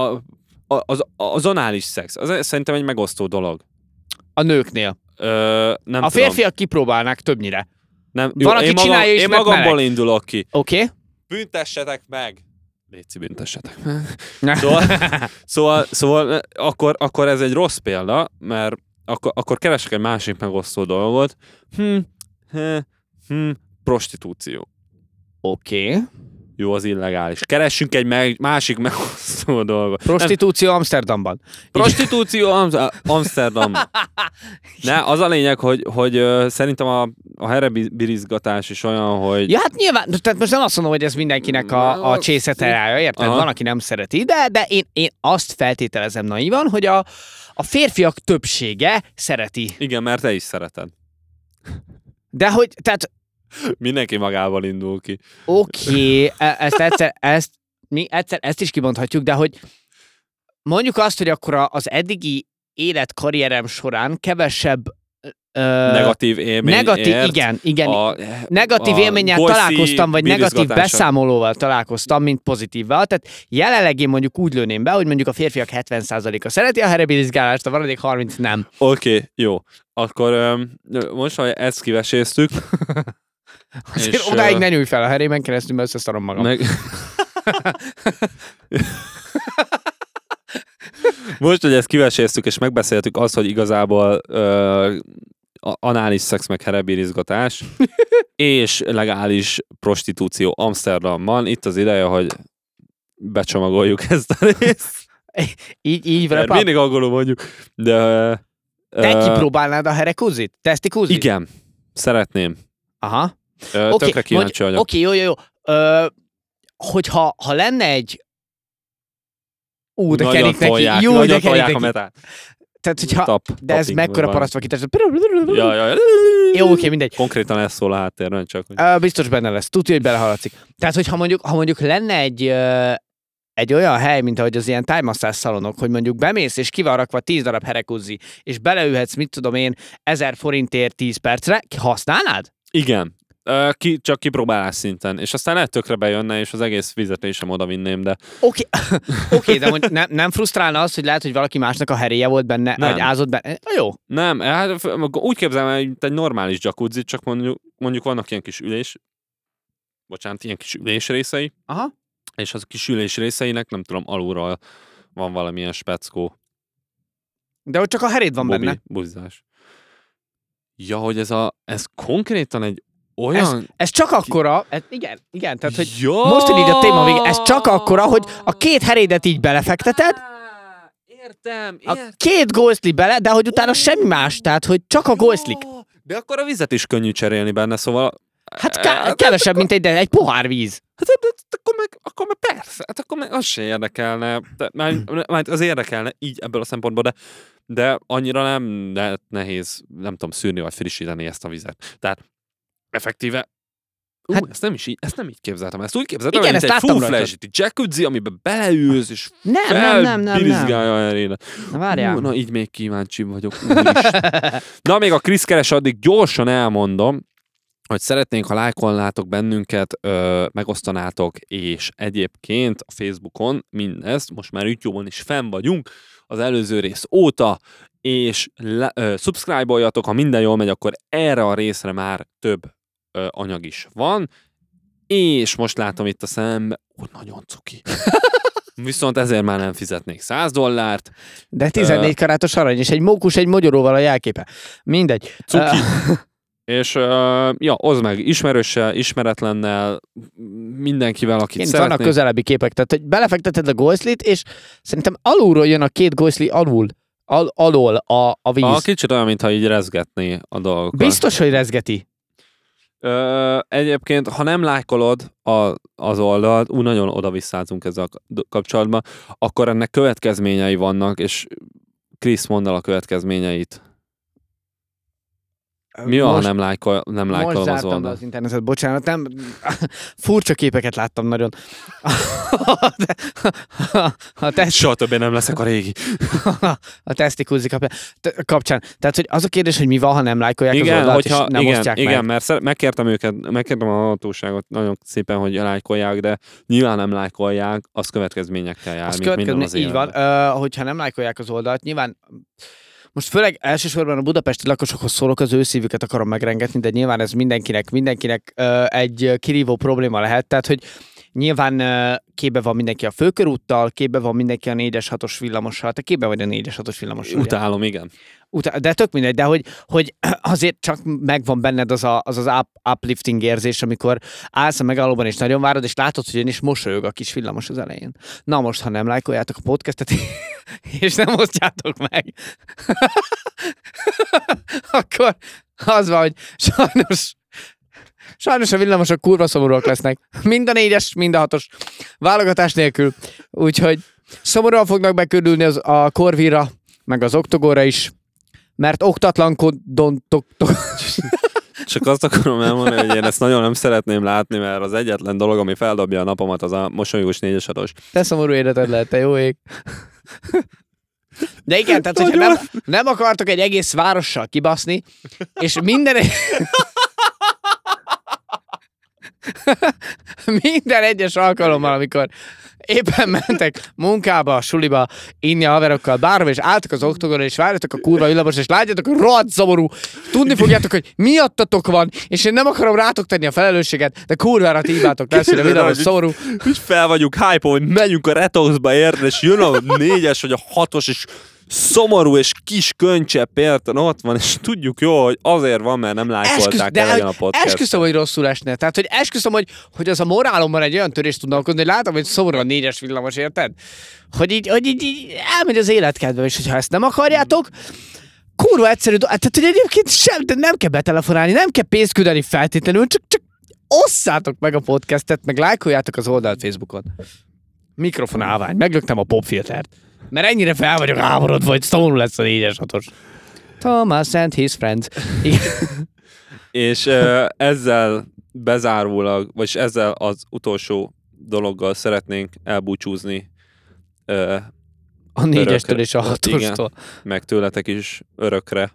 a az, az anális szex. Az szerintem egy megosztó dolog.
a nőknél.
Ö, nem
a
tudom.
férfiak kipróbálnák többnyire.
Nem,
Van, aki
én, magam,
csinálja is,
én
mert
magamból
meleg.
indulok ki.
Oké? Okay?
Büntessetek meg! Léci, büntessetek meg. Szóval, szóval, szóval eh, akkor, akkor ez egy rossz példa, mert akkor, akkor keresek egy másik megosztó dolgot. Hm, hm, hm, prostitúció.
Oké. Okay.
Jó, az illegális. Keressünk egy meg, másik megosztó dolgot.
Prostitúció Amsterdamban.
Prostitúció Am- Amsterdam. Ne, az a lényeg, hogy, hogy ö, szerintem a, a herebirizgatás is olyan, hogy
Ja, hát nyilván, tehát most nem azt mondom, hogy ez mindenkinek a, a csészeterája, érted?
Aha.
Van, aki nem szereti, de, de én, én azt feltételezem naivan, hogy a, a férfiak többsége szereti.
igen, mert te is szereted.
De hogy, tehát
Mindenki magával indul ki.
oké, okay, ezt egyszer, ezt, mi egyszer ezt is kimondhatjuk, de hogy mondjuk azt, hogy akkor a- az eddigi életkarrierem során kevesebb ö,
Negatív élmény.
negatív
ért
igen, igen,
A,
negatív
a
élménnyel
golszi
találkoztam, vagy negatív
birizgatása.
beszámolóval találkoztam, mint pozitívval. Tehát jelenleg én mondjuk úgy lőném be, hogy mondjuk a férfiak 70%-a szereti a herebilizgálást, a maradék 30 nem.
Oké, okay, jó. Akkor öm, most, ha ezt kiveséztük,
Azért
És,
odáig
ö,
ne nyújj fel a herémen keresztül, mert összeszarom magam.
Meg... Most, hogy ezt kiveséztük és megbeszéltük azt, hogy igazából ö, a- anális szex meg herebirizgatás és legális prostitúció Amsterdamban, itt az ideje, hogy becsomagoljuk ezt a részt.
Így, így
Mert
wrap up.
mindig angolul mondjuk. De,
Te
ö,
kipróbálnád a herekuzit? Tesztikuzit?
Igen, szeretném.
Aha.
Ö,
Oké,
Tökre kíváncsi vagyok.
Oké, jó, jó, jó. Ö, hogyha ha lenne egy... Ú, de
nagyon
kerik neki.
tolják,
Jó, de
nagyon
kerik
tolják a
neki.
metát.
Tehát, hogyha...
Tap,
de ez
tapping
mekkora
van.
parasztva kitesz.
Ja, ja, ja.
Jó, oké, mindegy.
Konkrétan ez szól a háttérben, csak hogy...
Ö, biztos benne lesz. Tudja, hogy belehaladszik. Tehát, hogyha mondjuk, ha mondjuk lenne egy, ö, egy olyan hely, mint ahogy az ilyen time massage szalonok, hogy mondjuk bemész, és ki van rakva 10 darab herekuzzi, és beleülhetsz, mit tudom én, 1000 forintért 10 percre, ki- használnád?
Igen. Ö, Ki, csak kipróbálás szinten. És aztán lehet tökre bejönne, és az egész fizetésem oda vinném, de
Oké, okay, de mondj, nem, nem frusztrálna az, hogy lehet, hogy valaki másnak a heréje volt benne,
Nem.
vagy ázott benne. Na Jó,
nem, hát f- úgy képzelem, el, mint egy normális jacuzzi, csak mondjuk, mondjuk vannak ilyen kis ülés, bocsánat, ilyen kis ülés részei,
Aha.
és az a kis ülés részeinek, nem tudom, alulról van valamilyen speckó,
de ott csak a heréd van
Bobby,
benne.
buzzás. Ja, hogy ez a, ez konkrétan egy olyan...
Ez csak akkora, ez, igen, igen, tehát hogy
ja!
most, hogy így a téma végig, ez csak akkora, hogy a két herédet így belefekteted,
Á, Értem,
A
értem.
két gózli bele, de hogy utána semmi más, tehát hogy csak a gózlik.
Jó, De akkor a vizet is könnyű cserélni benne, szóval...
Hát
Eh,
ká-
hát
kevesebb, mint egy, de egy pohár víz.
Hát, hát, hát, akkor, meg, akkor meg persze, hát akkor meg az se érdekelne, de, már,
Hmm.
már az érdekelne így ebből a szempontból, de, de annyira nem lehet nehéz, nem tudom, szűrni vagy frissíteni ezt a vizet. Tehát effektíve Ú,
Hát-
hát, ezt, nem is így, ezt nem így képzeltem. Ezt úgy képzeltem,
Igen,
hogy
ezt
mint egy
láttam
full
rajtad.
flash jacuzzi, amiben beleülsz, és
Nem, nem, nem, nem, nem.
felbirizgálja a erére.
Na, várjál.
Ú, na így még kíváncsi vagyok. Úristen. na még a Krisz keres, addig gyorsan elmondom, hogy szeretnénk, ha lájkolnátok bennünket, ö, megosztanátok, és egyébként a Facebookon mindezt, most már YouTube-on is fenn vagyunk, az előző rész óta, és le, ö, subscribe-oljatok, ha minden jól megy, akkor erre a részre már több ö, anyag is van, és most látom itt a szemembe, hogy nagyon cuki. Viszont ezért már nem fizetnék 100 dollárt,
De 14 karátos arany, és egy mókus egy mogyoróval a jelképe. Mindegy.
Cuki.
Ö,
És uh, ja, oszd meg ismerőssel, ismeretlennel, mindenkivel, akit
Igen, itt
szeretnél.
vannak közelebbi képek. Tehát, hogy belefekteted a gózlit, és szerintem alulról jön a két gózli alul, al- alól a, a víz.
A kicsit olyan, mintha így rezgetné a dolgokat.
Biztos, hogy rezgeti.
Ö, egyébként, ha nem lájkolod a, az oldalt, ú, nagyon oda-visszázunk ezzel a k- kapcsolatban, akkor ennek következményei vannak, és Krisz mondd el a következményeit. Mi van, ha nem, lájkol, nem
Most
lájkolom az
zártam be
oldalt?
az internetet, bocsánat, nem, furcsa képeket láttam nagyon. De- a, test,
Soha többé nem leszek a régi.
a tesztikúzi kapcsán. Te- kapcsán. Tehát, hogy az a kérdés, hogy mi van, ha nem lájkolják az
Igen,
oldalt,
hogyha,
és nem
igen,
osztják
igen,
meg.
mert szer- megkértem őket, megkértem a hatóságot nagyon szépen, hogy lájkolják, de nyilván nem lájkolják, az következményekkel jár,
Az
mint minden
következő,
az
így van,
életben.
ö, hogyha nem lájkolják az oldalt, nyilván most főleg elsősorban a budapesti lakosokhoz szólok, az ő szívüket akarom megrengetni, de nyilván ez mindenkinek, mindenkinek ö, egy ö, kirívó probléma lehet. Tehát, hogy nyilván ö, képbe van mindenki a főkörúttal, képbe van mindenki a 4-es 6-os villamossal, te képbe vagy a 4-es 6-os villamossal. ugye?
Utálom, igen.
Utána, de tök mindegy, de hogy, hogy azért csak megvan benned az a, az, az up, uplifting érzés, amikor állsz a megállóban és nagyon várod, és látod, hogy én is mosolyog a kis villamos az elején. Na most, ha nem lájkoljátok a podcastet, és nem osztjátok meg, akkor az van, hogy sajnos Sajnos a villamosok kurva szomorúak lesznek. Mind a négyes, mind a hatos. Válogatás nélkül. Úgyhogy szomorúan fognak bekörülni az, a korvira, meg az oktogonra is, mert oktatlankodontok...
Csak azt akarom elmondani, hogy én ezt nagyon nem szeretném látni, mert az egyetlen dolog, ami feldobja a napomat, az a mosolygós négyesados.
Te szomorú életed lehet, te jó ég. De igen, tehát hogyha nem, nem akartok egy egész várossal kibaszni, és minden... minden egyes alkalommal, amikor éppen mentek munkába, suliba, inni a haverokkal, bárhol, és álltok az oktogonra, és várjatok a kurva villamos, és látjátok, hogy rohadt szomorú. Tudni fogjátok, hogy miattatok van, és én nem akarom rátok tenni a felelősséget, de kurvára ti hibátok lesz, hogy a
Képzeld el,
villamos
hogy-
szomorú.
Úgy fel vagyunk hype hogy megyünk a retoxba érni, és jön a négyes vagy a hatos, és szomorú és kis könycseppért ott van, és tudjuk jó, hogy azért van, mert nem lájkolták el legyen a podcast.
esküszöm, hogy rosszul esne. Tehát, hogy esküszöm, hogy, hogy az a morálomban egy olyan törést tudna okozni, hogy látom, hogy szomorú a négyes villamos, érted? Hogy így, hogy így, így elmegy az életkedve, és hogyha ezt nem akarjátok, kurva egyszerű, do- hát, tehát, hogy egyébként sem, de nem kell betelefonálni, nem kell pénzt küldeni feltétlenül, csak, csak osszátok meg a podcastet, meg lájkoljátok az oldalt Facebookon. Mikrofon állvány, meglöktem a popfiltert. Mert ennyire fel vagyok háborodva, hogy szomorú lesz a négyes hatos. Thomas and his friends. Igen.
És ö, ezzel bezárólag, vagyis ezzel az utolsó dologgal szeretnénk elbúcsúzni ö,
A négyestől
Örökre.
és a hatostól.
meg tőletek is örökre.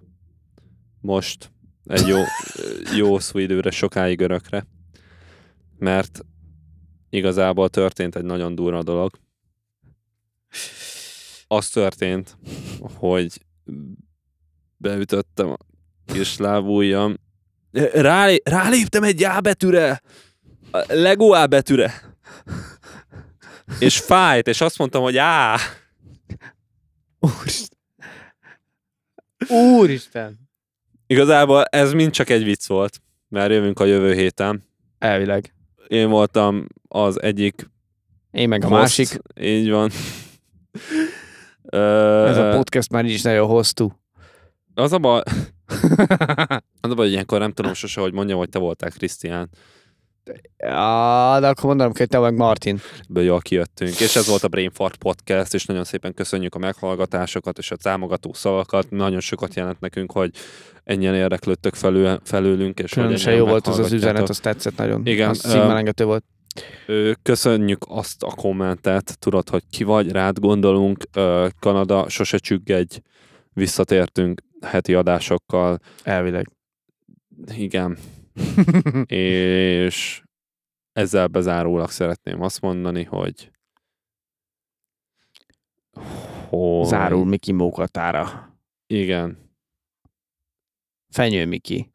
Most egy jó, jó hosszú időre, sokáig örökre. Mert igazából történt egy nagyon durva dolog. Az történt, hogy beütöttem a kis lábújjam. Rálé, ráléptem egy A betűre! A Lego A betűre! És fájt, és azt mondtam, hogy á!
Úristen. Úristen.
Igazából ez mind csak egy vicc volt, mert jövünk a jövő héten.
Elvileg.
Én voltam az egyik.
Én meg a
host,
másik.
Így van. Ö,
Ez a podcast már így is nagyon hosszú.
az a baj, az a baj, hogy ilyenkor nem tudom sose, hogy mondjam, hogy te voltál Krisztián.
Ja, de akkor mondanom kell, hogy te meg Martin.
Ebből jól kijöttünk. És ez volt a Brain Fart Podcast, és nagyon szépen köszönjük a meghallgatásokat és a támogató szavakat. Nagyon sokat jelent nekünk, hogy ennyien érdeklődtök felül, felülünk. És hogy
Különösen
ennyien
jó volt az az
meghallgatjátok.
üzenet, az tetszett nagyon.
Igen,
Az
ö,
szívmelengető volt.
Ö, Köszönjük azt a kommentet, tudod, hogy ki vagy, rád gondolunk, Ö, Kanada, sose csüggedj, visszatértünk heti adásokkal,
Elvileg.
igen, és ezzel bezárólag szeretném azt mondani, hogy hogy
Zárul Miki Mókatára.
Igen.
Fenyő Miki.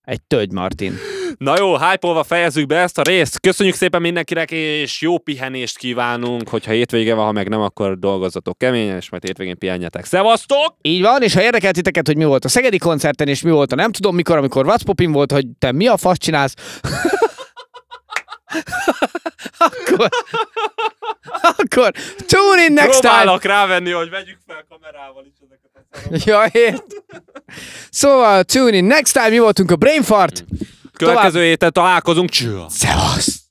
Egy tölgy Martin.
Na jó, hype fejezzük be ezt a részt. Köszönjük szépen mindenkinek, és jó pihenést kívánunk, hogyha hétvége van, ha meg nem, akkor dolgozzatok keményen, és majd hétvégén pihenjetek. Szevasztok!
Így van, és ha érdekelt titeket, hogy mi volt a Szegedi koncerten, és mi volt a nem tudom mikor, amikor Vacpopin volt, hogy te mi a fasz csinálsz, akkor, akkor tune in next time!
Próbálok rávenni, hogy vegyük fel kamerával is ezeket a szarokat.
Ja, ért. Szóval tune in next time, mi voltunk a Brainfart.
Következő héten találkozunk. Csua!
Szevasz!